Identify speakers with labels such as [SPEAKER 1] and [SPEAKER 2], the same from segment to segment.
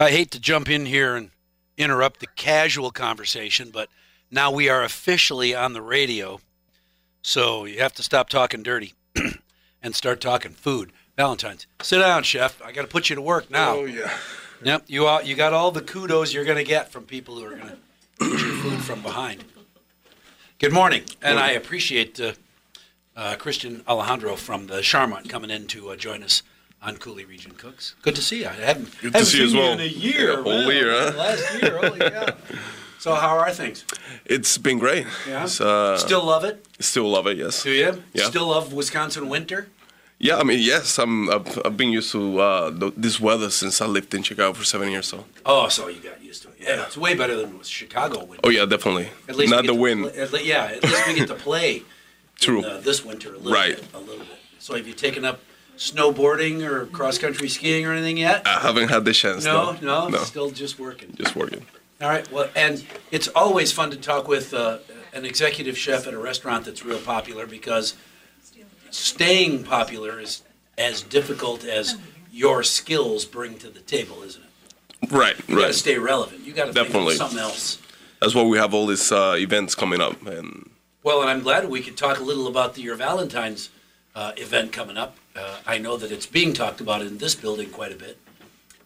[SPEAKER 1] I hate to jump in here and interrupt the casual conversation, but now we are officially on the radio. So you have to stop talking dirty and start talking food. Valentine's. Sit down, chef. I got to put you to work now.
[SPEAKER 2] Oh yeah.
[SPEAKER 1] Yep, you all, you got all the kudos you're going to get from people who are going to eat your food from behind. Good morning, and I appreciate uh, uh, Christian Alejandro from the Charmont coming in to uh, join us on Cooley Region Cooks. Good to see you. I haven't,
[SPEAKER 2] Good to
[SPEAKER 1] haven't
[SPEAKER 2] see you
[SPEAKER 1] seen
[SPEAKER 2] as well.
[SPEAKER 1] in a year,
[SPEAKER 2] Yeah,
[SPEAKER 1] man.
[SPEAKER 2] whole year, huh?
[SPEAKER 1] Last year, holy cow. So how are things?
[SPEAKER 2] It's been great.
[SPEAKER 1] Yeah,
[SPEAKER 2] It's, uh,
[SPEAKER 1] still love it.
[SPEAKER 2] still love it. Yes.
[SPEAKER 1] Do you?
[SPEAKER 2] Yeah.
[SPEAKER 1] Still love Wisconsin winter.
[SPEAKER 2] Yeah. I mean, yes. I'm. I've, I've been used to uh, th- this weather since I lived in Chicago for seven years. So.
[SPEAKER 1] Oh, so you got used to it. Yeah, it's way better than Chicago winter.
[SPEAKER 2] Oh yeah, definitely.
[SPEAKER 1] At least
[SPEAKER 2] Not
[SPEAKER 1] we
[SPEAKER 2] the
[SPEAKER 1] get to
[SPEAKER 2] wind.
[SPEAKER 1] pla- at le- yeah, at least we get to play.
[SPEAKER 2] True.
[SPEAKER 1] in, uh, this winter a little
[SPEAKER 2] Right.
[SPEAKER 1] bit. A little bit. So have you taken up snowboarding or cross country skiing or anything yet?
[SPEAKER 2] I haven't had the chance.
[SPEAKER 1] no, no,
[SPEAKER 2] Uh, No.
[SPEAKER 1] still just working.
[SPEAKER 2] Just working.
[SPEAKER 1] All right. Well, and it's always fun to talk with uh, an executive chef at a restaurant that's real popular because staying popular is as difficult as your skills bring to the table, isn't it?
[SPEAKER 2] Right.
[SPEAKER 1] You got to
[SPEAKER 2] Right.
[SPEAKER 1] stay relevant. You got to think of
[SPEAKER 2] Definitely.
[SPEAKER 1] something else.
[SPEAKER 2] That's why we have all these uh, events coming up, and
[SPEAKER 1] Well, and I'm glad we could talk a little about the, your Valentine's uh, event coming up. Uh, I know that it's being talked about in this building quite a bit.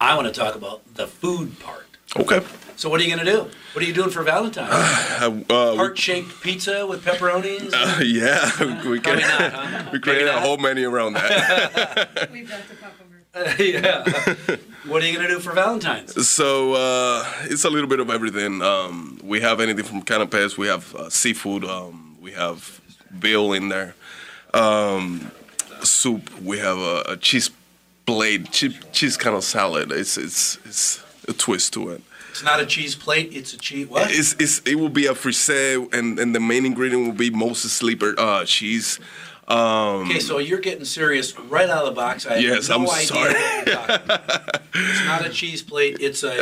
[SPEAKER 1] I want to talk about the food part.
[SPEAKER 2] okay.
[SPEAKER 1] So, what are you going to do? What are you doing for Valentine's?
[SPEAKER 2] Uh, uh,
[SPEAKER 1] Heart shaped pizza with pepperonis?
[SPEAKER 2] we- yeah, we
[SPEAKER 1] Probably
[SPEAKER 2] can.
[SPEAKER 1] not, huh?
[SPEAKER 2] We created a
[SPEAKER 1] not.
[SPEAKER 2] whole menu around that.
[SPEAKER 3] We've got the popover.
[SPEAKER 1] yeah. What are you going to do for Valentine's?
[SPEAKER 2] So uh, it's a little bit of everything. Um, we have anything from canapes. We have uh, seafood. Um, we have veal in there. Um, soup. We have a, a cheese plate. Cheese, cheese kind of salad. It's it's it's a twist to it.
[SPEAKER 1] It's not a cheese plate, it's a cheese. What?
[SPEAKER 2] It's, it's it will be a frisée, and and the main ingredient will be Moses sleeper uh, cheese. Um,
[SPEAKER 1] Okay, so you're getting serious right out of the box. I have
[SPEAKER 2] Yes,
[SPEAKER 1] no
[SPEAKER 2] I'm
[SPEAKER 1] idea
[SPEAKER 2] sorry.
[SPEAKER 1] What you're talking about. It's not a cheese plate, it's a.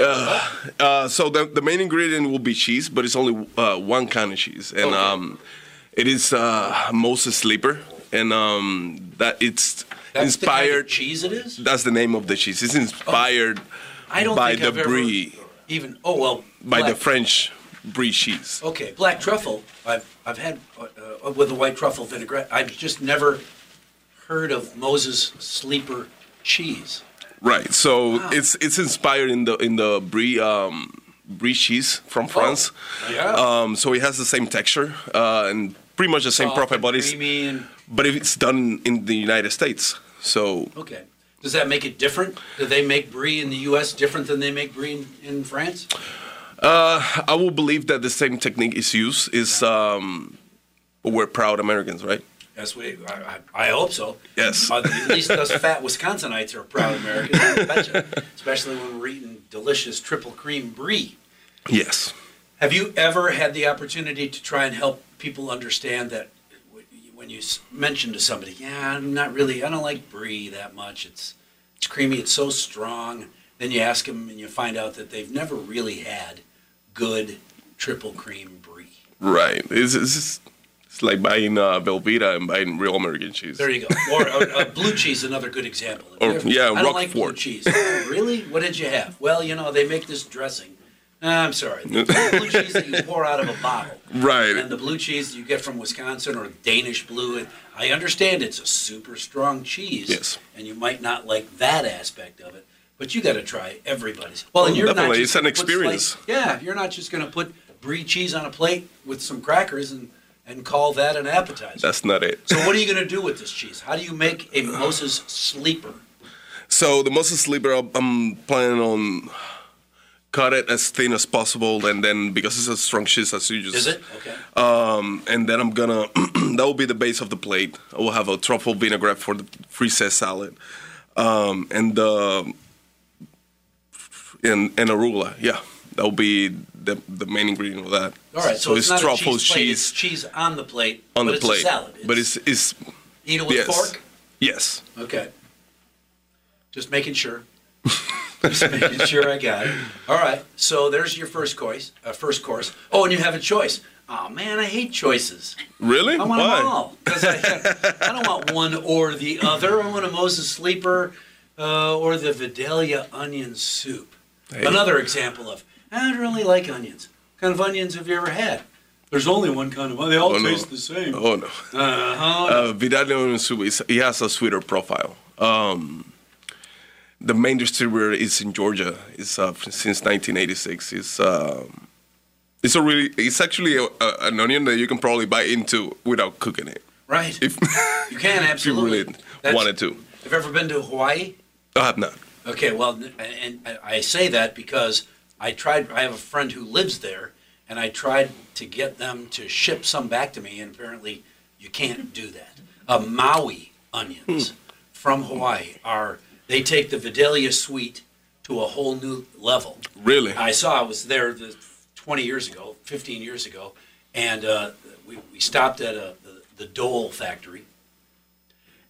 [SPEAKER 2] Uh, so the, the main ingredient will be cheese, but it's only uh, one kind of cheese, and
[SPEAKER 1] Okay.
[SPEAKER 2] um, it is uh, Moses sleeper, and um, that it's
[SPEAKER 1] that's the kind of
[SPEAKER 2] inspired.
[SPEAKER 1] cheese it is?
[SPEAKER 2] that's the name of the cheese. It's inspired
[SPEAKER 1] I don't
[SPEAKER 2] by
[SPEAKER 1] think
[SPEAKER 2] the
[SPEAKER 1] I've ever
[SPEAKER 2] brie,
[SPEAKER 1] even oh well
[SPEAKER 2] by the
[SPEAKER 1] black-
[SPEAKER 2] French brie cheese.
[SPEAKER 1] Okay, black truffle. I've I've had uh, uh, with a white truffle vinaigrette. I've just never heard of Moses sleeper cheese.
[SPEAKER 2] Right. So it's it's inspired in the in the brie um, brie cheese
[SPEAKER 1] Oh.
[SPEAKER 2] from France.
[SPEAKER 1] Yeah,
[SPEAKER 2] Um, so it has the same texture uh, and pretty much the same profit, but it's
[SPEAKER 1] creamy and
[SPEAKER 2] but if it's done in the United States, so
[SPEAKER 1] okay. Does that make it different? Do they make brie in the U.S. different than they make brie in, in France?
[SPEAKER 2] I will believe that the same technique is used. Is um, we're proud Americans, right?
[SPEAKER 1] That's what I, I, I hope so.
[SPEAKER 2] Yes.
[SPEAKER 1] Uh, at least us fat Wisconsinites are proud Americans, I betcha. especially when we're eating delicious triple cream brie.
[SPEAKER 2] Yes.
[SPEAKER 1] Have you ever had the opportunity to try and help people understand that when you s- mention to somebody, yeah, I'm not really, I don't like brie that much. It's it's creamy, it's so strong. Then you ask them and you find out that they've never really had good triple cream brie.
[SPEAKER 2] Right. It's, it's, it's like buying uh, Velveeta and buying real American cheese.
[SPEAKER 1] There you go. Or uh, uh, blue cheese, another good example.
[SPEAKER 2] Or, yeah,
[SPEAKER 1] I don't like blue
[SPEAKER 2] Roquefort.
[SPEAKER 1] cheese. "Oh, really? What did you have? Well, you know, they make this dressing. Ah, I'm sorry. The blue cheese that you pour out of a bottle.
[SPEAKER 2] Right.
[SPEAKER 1] And the blue cheese you get from Wisconsin or Danish blue, and I understand it's a super strong cheese.
[SPEAKER 2] Yes.
[SPEAKER 1] And you might not like that aspect of it, but you got to try everybody's. Well, and you're not
[SPEAKER 2] Oh, Definitely,
[SPEAKER 1] just
[SPEAKER 2] it's an
[SPEAKER 1] gonna put slight-
[SPEAKER 2] experience.
[SPEAKER 1] yeah, you're not just going to put brie cheese on a plate with some crackers and and call that an appetizer.
[SPEAKER 2] That's not it.
[SPEAKER 1] so what are you going to do with this cheese? How do you make a Moses sleeper?
[SPEAKER 2] So the muscle sleeper, I'm- I'm planning on cut it as thin as possible, and then because it's a strong cheese, as you just
[SPEAKER 1] Is it okay?
[SPEAKER 2] Um, and then I'm gonna that will be the base of the plate. I will have a truffle vinaigrette for the frisee salad, um, and the uh, and, and arugula. Yeah, that will be the, the main ingredient of that.
[SPEAKER 1] All right, so, it's, not a cheese, plate, it's cheese on the plate.
[SPEAKER 2] on
[SPEAKER 1] but
[SPEAKER 2] the
[SPEAKER 1] it's
[SPEAKER 2] plate.
[SPEAKER 1] A salad.
[SPEAKER 2] But it's it's
[SPEAKER 1] eat it with
[SPEAKER 2] yes.
[SPEAKER 1] a fork.
[SPEAKER 2] yes.
[SPEAKER 1] Okay. Just making sure. Just making sure I got it. All right. So there's your first course. Uh, first course. Oh, and you have a choice. Oh man, I hate choices.
[SPEAKER 2] Really?
[SPEAKER 1] I want them all. 'Cause I, I don't want one or the other. I want a Moses sleeper uh, or the Vidalia onion soup.
[SPEAKER 2] Hey.
[SPEAKER 1] Another example of I don't really like onions. What kind of onions have you ever had? There's only one kind of onion. They all
[SPEAKER 2] Oh, no.
[SPEAKER 1] taste the same.
[SPEAKER 2] Oh no.
[SPEAKER 1] Uh-huh.
[SPEAKER 2] Uh, Vidalion Soup is it has a sweeter profile. Um, the main distributor is in Georgia. It's uh, since 1986. It's um, it's a really it's actually a, a, an onion that you can probably bite into without cooking it
[SPEAKER 1] Right.
[SPEAKER 2] if
[SPEAKER 1] you can
[SPEAKER 2] if you
[SPEAKER 1] absolutely.
[SPEAKER 2] really
[SPEAKER 1] That's-
[SPEAKER 2] wanted to.
[SPEAKER 1] Have you ever been to Hawaii?
[SPEAKER 2] I have not.
[SPEAKER 1] Okay, well, n- and and I say that because I tried. I have a friend who lives there, and I tried to get them to ship some back to me, and apparently you can't do that. Uh, Maui onions from Hawaii are they take the Vidalia sweet to a whole new level.
[SPEAKER 2] Really?
[SPEAKER 1] I saw I was there the 20 years ago, 15 years ago, and uh, we, we stopped at a, the, the Dole factory.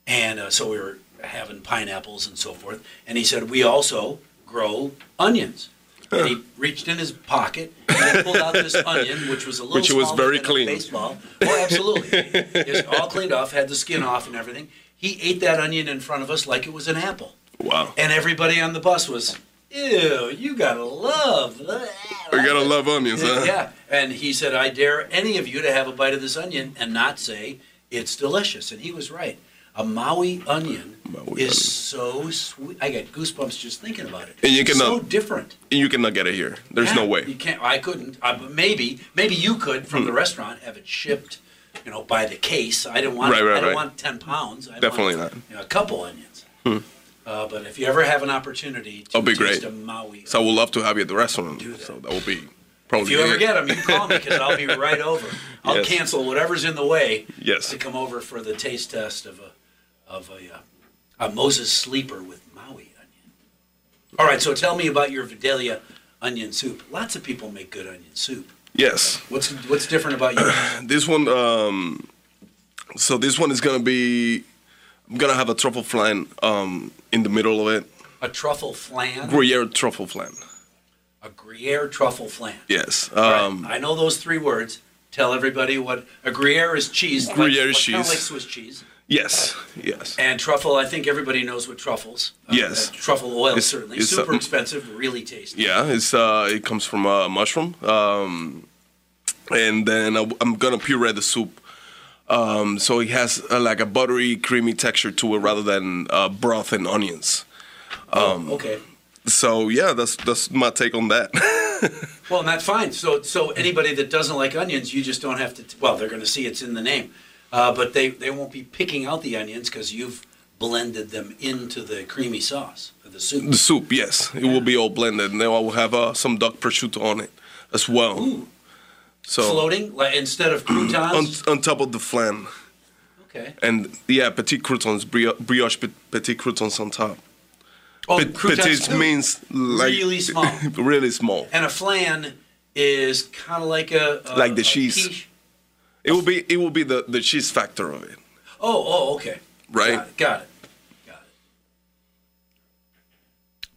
[SPEAKER 1] And uh, so we were having pineapples and so forth. And he said, We also grow onions. And he reached in his pocket and he pulled out this onion, which was a little
[SPEAKER 2] Which was
[SPEAKER 1] smaller
[SPEAKER 2] very
[SPEAKER 1] than a
[SPEAKER 2] clean.
[SPEAKER 1] baseball. Oh, absolutely. it's all cleaned off, had the skin off and everything. He ate that onion in front of us like it was an apple.
[SPEAKER 2] Wow.
[SPEAKER 1] And everybody on the bus was, ew, you gotta love that.
[SPEAKER 2] We gotta love onions, huh?
[SPEAKER 1] Yeah. And he said, I dare any of you to have a bite of this onion and not say it's delicious. And he was right. A Maui onion
[SPEAKER 2] Maui
[SPEAKER 1] is
[SPEAKER 2] onion.
[SPEAKER 1] so sweet. I got goosebumps just thinking about it.
[SPEAKER 2] And you
[SPEAKER 1] It's so
[SPEAKER 2] cannot-
[SPEAKER 1] different.
[SPEAKER 2] You cannot get it here. There's no
[SPEAKER 1] Yeah, You
[SPEAKER 2] way. Hmm.
[SPEAKER 1] can't. I couldn't. I, but maybe, maybe you could from the restaurant have it shipped, you know, by the case. I don't want.
[SPEAKER 2] Right, right,
[SPEAKER 1] I don't
[SPEAKER 2] right.
[SPEAKER 1] want ten pounds. I
[SPEAKER 2] Definitely
[SPEAKER 1] want,
[SPEAKER 2] not.
[SPEAKER 1] you know, a couple onions. Uh, but if you ever have an opportunity to
[SPEAKER 2] That'd be
[SPEAKER 1] taste
[SPEAKER 2] great.
[SPEAKER 1] a Maui,
[SPEAKER 2] So I would love to have you at the restaurant.
[SPEAKER 1] Do that.
[SPEAKER 2] So that will be probably.
[SPEAKER 1] if you ever
[SPEAKER 2] it.
[SPEAKER 1] get them, you call me because I'll be right over. I'll
[SPEAKER 2] Yes.
[SPEAKER 1] cancel whatever's in the way
[SPEAKER 2] Yes.
[SPEAKER 1] to come over for the taste test of a of a, uh, a Moses sleeper with Maui onion. All right, so tell me about your Vidalia onion soup. Lots of people make good onion soup.
[SPEAKER 2] Yes.
[SPEAKER 1] What's what's different about you?
[SPEAKER 2] This one, um, so this one is gonna be. I'm gonna have a truffle flan um, in the middle of it.
[SPEAKER 1] A truffle flan,
[SPEAKER 2] Gruyere truffle flan.
[SPEAKER 1] a Gruyere truffle flan.
[SPEAKER 2] Yes.
[SPEAKER 1] All right,
[SPEAKER 2] Um,
[SPEAKER 1] I know those three words. Tell everybody what a Gruyere is cheese. like-
[SPEAKER 2] Gruyere
[SPEAKER 1] like, Kind
[SPEAKER 2] cheese.
[SPEAKER 1] of like Swiss cheese.
[SPEAKER 2] Yes. Yes.
[SPEAKER 1] And truffle, I think everybody knows what truffles.
[SPEAKER 2] Yes.
[SPEAKER 1] uh, truffle oil
[SPEAKER 2] It's-
[SPEAKER 1] certainly
[SPEAKER 2] it's
[SPEAKER 1] super
[SPEAKER 2] a-
[SPEAKER 1] expensive, really tasty.
[SPEAKER 2] Yeah. It's uh, it comes from uh, mushroom. Um, and then I, am gonna puree the soup. Um, so it has uh, like a buttery, creamy texture to it rather than uh, broth and onions. Mm.
[SPEAKER 1] Okay.
[SPEAKER 2] So yeah, that's that's my take on that.
[SPEAKER 1] Well, and that's fine. So, so anybody that doesn't like onions, you just don't have to. T- well, they're going to see it's in the name, uh, but they they won't be picking out the onions because you've blended them into the creamy sauce of the soup.
[SPEAKER 2] The soup, yes, it will be all blended. And then I will have uh, some duck prosciutto on it as well.
[SPEAKER 1] Ooh.
[SPEAKER 2] so
[SPEAKER 1] Floating like, instead of
[SPEAKER 2] on,
[SPEAKER 1] croutons.
[SPEAKER 2] on top of the flan,
[SPEAKER 1] okay.
[SPEAKER 2] and yeah, petit croutons, brio- brioche pe- petit croutons on top.
[SPEAKER 1] Oh,
[SPEAKER 2] Pe-
[SPEAKER 1] croutons
[SPEAKER 2] petit
[SPEAKER 1] too.
[SPEAKER 2] means like
[SPEAKER 1] Really small.
[SPEAKER 2] really small.
[SPEAKER 1] and a flan is kind of like a, a-
[SPEAKER 2] Like the
[SPEAKER 1] a
[SPEAKER 2] cheese.
[SPEAKER 1] quiche.
[SPEAKER 2] It will be it will be the, the cheese factor of it,
[SPEAKER 1] Oh, oh, okay.
[SPEAKER 2] right?
[SPEAKER 1] Got it. Got it. Got it.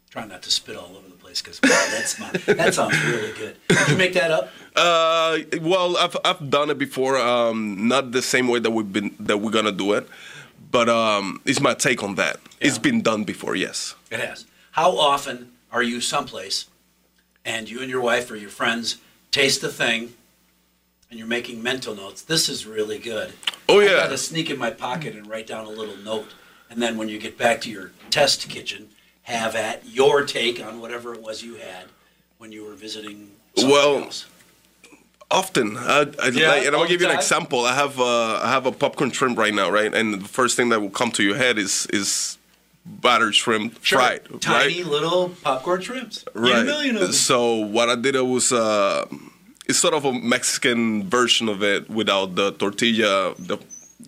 [SPEAKER 1] Try not to spit all over the place because wow, that's my, that sounds really good. Did you make that up?
[SPEAKER 2] Uh, well, I've I've done it before. Um, not the same way that we've been that we're gonna do it, but um, it's my take on that. It's
[SPEAKER 1] Yeah.
[SPEAKER 2] been done before, yes.
[SPEAKER 1] It has. How often are you someplace and you and your wife or your friends taste the thing and you're making mental notes? This is really good.
[SPEAKER 2] Oh
[SPEAKER 1] I
[SPEAKER 2] yeah.
[SPEAKER 1] gotta sneak in my pocket and write down a little note. And then when you get back to your test kitchen, have at your take on whatever it was you had when you were visiting. something
[SPEAKER 2] Well,
[SPEAKER 1] else.
[SPEAKER 2] Often, I, I,
[SPEAKER 1] Yeah,
[SPEAKER 2] like, and
[SPEAKER 1] all
[SPEAKER 2] I'll
[SPEAKER 1] the
[SPEAKER 2] give you an
[SPEAKER 1] time.
[SPEAKER 2] example. I have uh, I have a popcorn shrimp right now, right? And the first thing that will come to your head is is battered shrimp
[SPEAKER 1] Sure.
[SPEAKER 2] fried,
[SPEAKER 1] Tiny
[SPEAKER 2] right?
[SPEAKER 1] little popcorn shrimps. Eat
[SPEAKER 2] Right.
[SPEAKER 1] a million of them.
[SPEAKER 2] So what I did was uh, it's sort of a Mexican version of it without the tortilla, the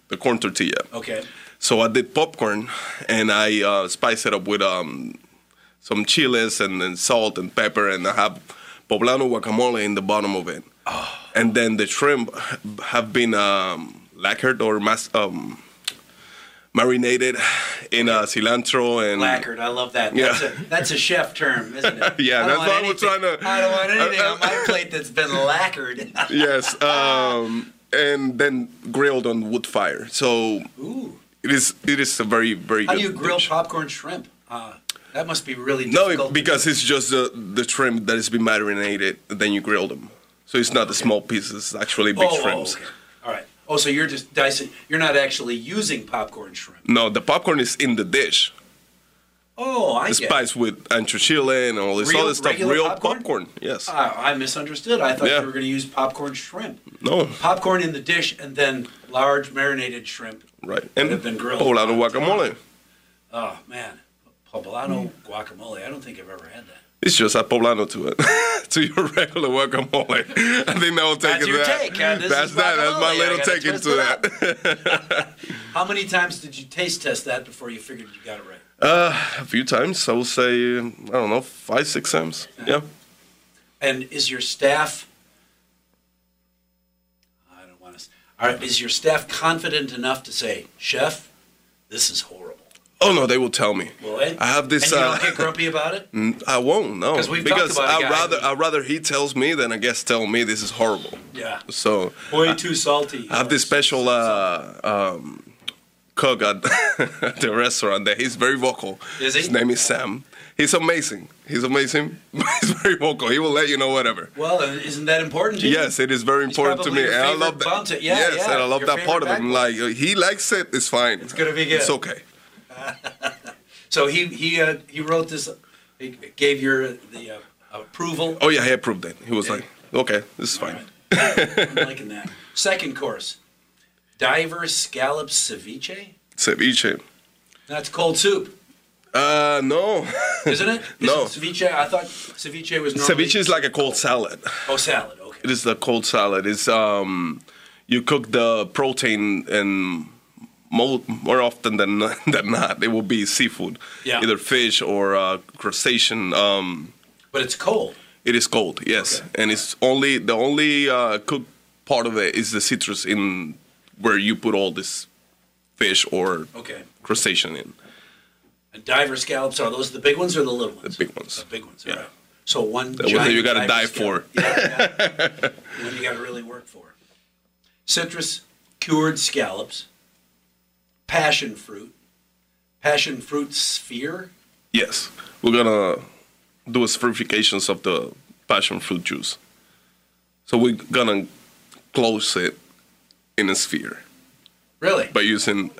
[SPEAKER 2] the corn tortilla.
[SPEAKER 1] okay.
[SPEAKER 2] So I did popcorn, and I uh, spiced it up with um, some chiles and then salt and pepper, and I have poblano guacamole in the bottom of it.
[SPEAKER 1] Ah.
[SPEAKER 2] And then the shrimp have been um, lacquered or mas- um, marinated in uh, cilantro and
[SPEAKER 1] Lacquered, I love that. That's,
[SPEAKER 2] Yeah.
[SPEAKER 1] a, that's a chef term, isn't it?
[SPEAKER 2] Yeah,
[SPEAKER 1] I don't want
[SPEAKER 2] that's what I was
[SPEAKER 1] anything-
[SPEAKER 2] trying to-
[SPEAKER 1] I don't want anything
[SPEAKER 2] I- I-
[SPEAKER 1] on my plate that's been lacquered.
[SPEAKER 2] yes, um, and then grilled on wood fire. So
[SPEAKER 1] Ooh,
[SPEAKER 2] it is it is a very very
[SPEAKER 1] how
[SPEAKER 2] good
[SPEAKER 1] do you grill
[SPEAKER 2] dish.
[SPEAKER 1] popcorn shrimp? Uh, that must be really
[SPEAKER 2] No,
[SPEAKER 1] difficult.
[SPEAKER 2] it, because it's just the the shrimp that has been marinated, then you grill them. So it's not the small pieces, it's actually big
[SPEAKER 1] oh,
[SPEAKER 2] shrimps.
[SPEAKER 1] Oh, okay. All right. Oh, so you're just dicing. You're not actually using popcorn shrimp.
[SPEAKER 2] No, the popcorn is in the dish,
[SPEAKER 1] Oh, I get. It.
[SPEAKER 2] spiced with ancho chile and all this
[SPEAKER 1] Real-
[SPEAKER 2] other stuff.
[SPEAKER 1] regular
[SPEAKER 2] Real
[SPEAKER 1] popcorn?
[SPEAKER 2] popcorn, yes.
[SPEAKER 1] Ah, I misunderstood. I thought
[SPEAKER 2] Yeah.
[SPEAKER 1] you were going to use popcorn shrimp.
[SPEAKER 2] no,
[SPEAKER 1] Popcorn in the dish and then large marinated shrimp.
[SPEAKER 2] right.
[SPEAKER 1] that have been grilled.
[SPEAKER 2] poblano guacamole.
[SPEAKER 1] Oh man,
[SPEAKER 2] Mm.
[SPEAKER 1] poblano guacamole. I don't think I've ever had that.
[SPEAKER 2] It's just a poblano to it, to your regular guacamole. I think that will take
[SPEAKER 1] That's
[SPEAKER 2] it
[SPEAKER 1] your
[SPEAKER 2] that.
[SPEAKER 1] take, huh? This is
[SPEAKER 2] That's that. That's my
[SPEAKER 1] guacamole. I
[SPEAKER 2] little
[SPEAKER 1] gotta
[SPEAKER 2] take
[SPEAKER 1] twist
[SPEAKER 2] into
[SPEAKER 1] it
[SPEAKER 2] that.
[SPEAKER 1] How many times did you taste test that before you figured you got it right?
[SPEAKER 2] Uh, a few times, I will say, I don't know, five, six times.
[SPEAKER 1] Uh-huh.
[SPEAKER 2] Yeah.
[SPEAKER 1] And is your staff? I don't want to. All right, is your staff confident enough to say, "Chef, this is horrible"?
[SPEAKER 2] Oh no, they will tell me.
[SPEAKER 1] Will it?
[SPEAKER 2] I have this.
[SPEAKER 1] And you
[SPEAKER 2] uh, Mm.
[SPEAKER 1] don't get grumpy about it.
[SPEAKER 2] I won't. No,
[SPEAKER 1] 'Cause we've talked
[SPEAKER 2] because
[SPEAKER 1] about a guy
[SPEAKER 2] I rather
[SPEAKER 1] who-
[SPEAKER 2] I rather he tells me than I guess tell me this is horrible.
[SPEAKER 1] Yeah.
[SPEAKER 2] So
[SPEAKER 1] Way too salty.
[SPEAKER 2] I have this special uh, um, cook at at the restaurant that he's very vocal.
[SPEAKER 1] Is he?
[SPEAKER 2] His name is Sam. He's amazing. He's amazing. he's very vocal. He will let you know whatever.
[SPEAKER 1] Well, and isn't that important to you?
[SPEAKER 2] Yes, it is very
[SPEAKER 1] He's
[SPEAKER 2] important to
[SPEAKER 1] probably
[SPEAKER 2] me,
[SPEAKER 1] your
[SPEAKER 2] and I
[SPEAKER 1] favorite
[SPEAKER 2] love that.
[SPEAKER 1] bouncer. Yeah,
[SPEAKER 2] yes,
[SPEAKER 1] yeah,
[SPEAKER 2] and I love
[SPEAKER 1] your
[SPEAKER 2] that part of
[SPEAKER 1] favorite
[SPEAKER 2] him. Like uh, he likes it. It's fine. It's
[SPEAKER 1] gonna be good.
[SPEAKER 2] It's okay.
[SPEAKER 1] So he he uh, he wrote this. He gave your the uh, approval.
[SPEAKER 2] Oh yeah, he approved it. He was
[SPEAKER 1] Yeah.
[SPEAKER 2] like, okay, this is fine.
[SPEAKER 1] I'm liking that. Second course, diver scallop ceviche.
[SPEAKER 2] Ceviche.
[SPEAKER 1] That's cold soup,
[SPEAKER 2] Uh, no.
[SPEAKER 1] isn't it?
[SPEAKER 2] No.
[SPEAKER 1] Isn't ceviche. I thought ceviche was normally
[SPEAKER 2] Ceviche is like a cold salad.
[SPEAKER 1] oh salad. Okay.
[SPEAKER 2] It is the cold salad. It's um, you cook the protein and more, more often than than not, it will be seafood,
[SPEAKER 1] Yeah.
[SPEAKER 2] either fish or uh, crustacean. Um,
[SPEAKER 1] But it's cold.
[SPEAKER 2] it is cold, yes,
[SPEAKER 1] Okay.
[SPEAKER 2] and it's only the only uh, cooked part of it is the citrus in where you put all this fish or
[SPEAKER 1] Okay.
[SPEAKER 2] crustacean in.
[SPEAKER 1] And diver scallops are those the big ones or the little ones?
[SPEAKER 2] big ones.
[SPEAKER 1] The big ones.
[SPEAKER 2] Yeah.
[SPEAKER 1] All right. So one.
[SPEAKER 2] ones that
[SPEAKER 1] giant
[SPEAKER 2] you gotta
[SPEAKER 1] diver
[SPEAKER 2] die
[SPEAKER 1] scallop.
[SPEAKER 2] for.
[SPEAKER 1] Yeah. yeah. one you got to really work for. Citrus cured scallops. Passion fruit. Passion fruit sphere.
[SPEAKER 2] Yes, we're gonna do esterifications of the passion fruit juice. So we're gonna close it in a sphere
[SPEAKER 1] Really?
[SPEAKER 2] by using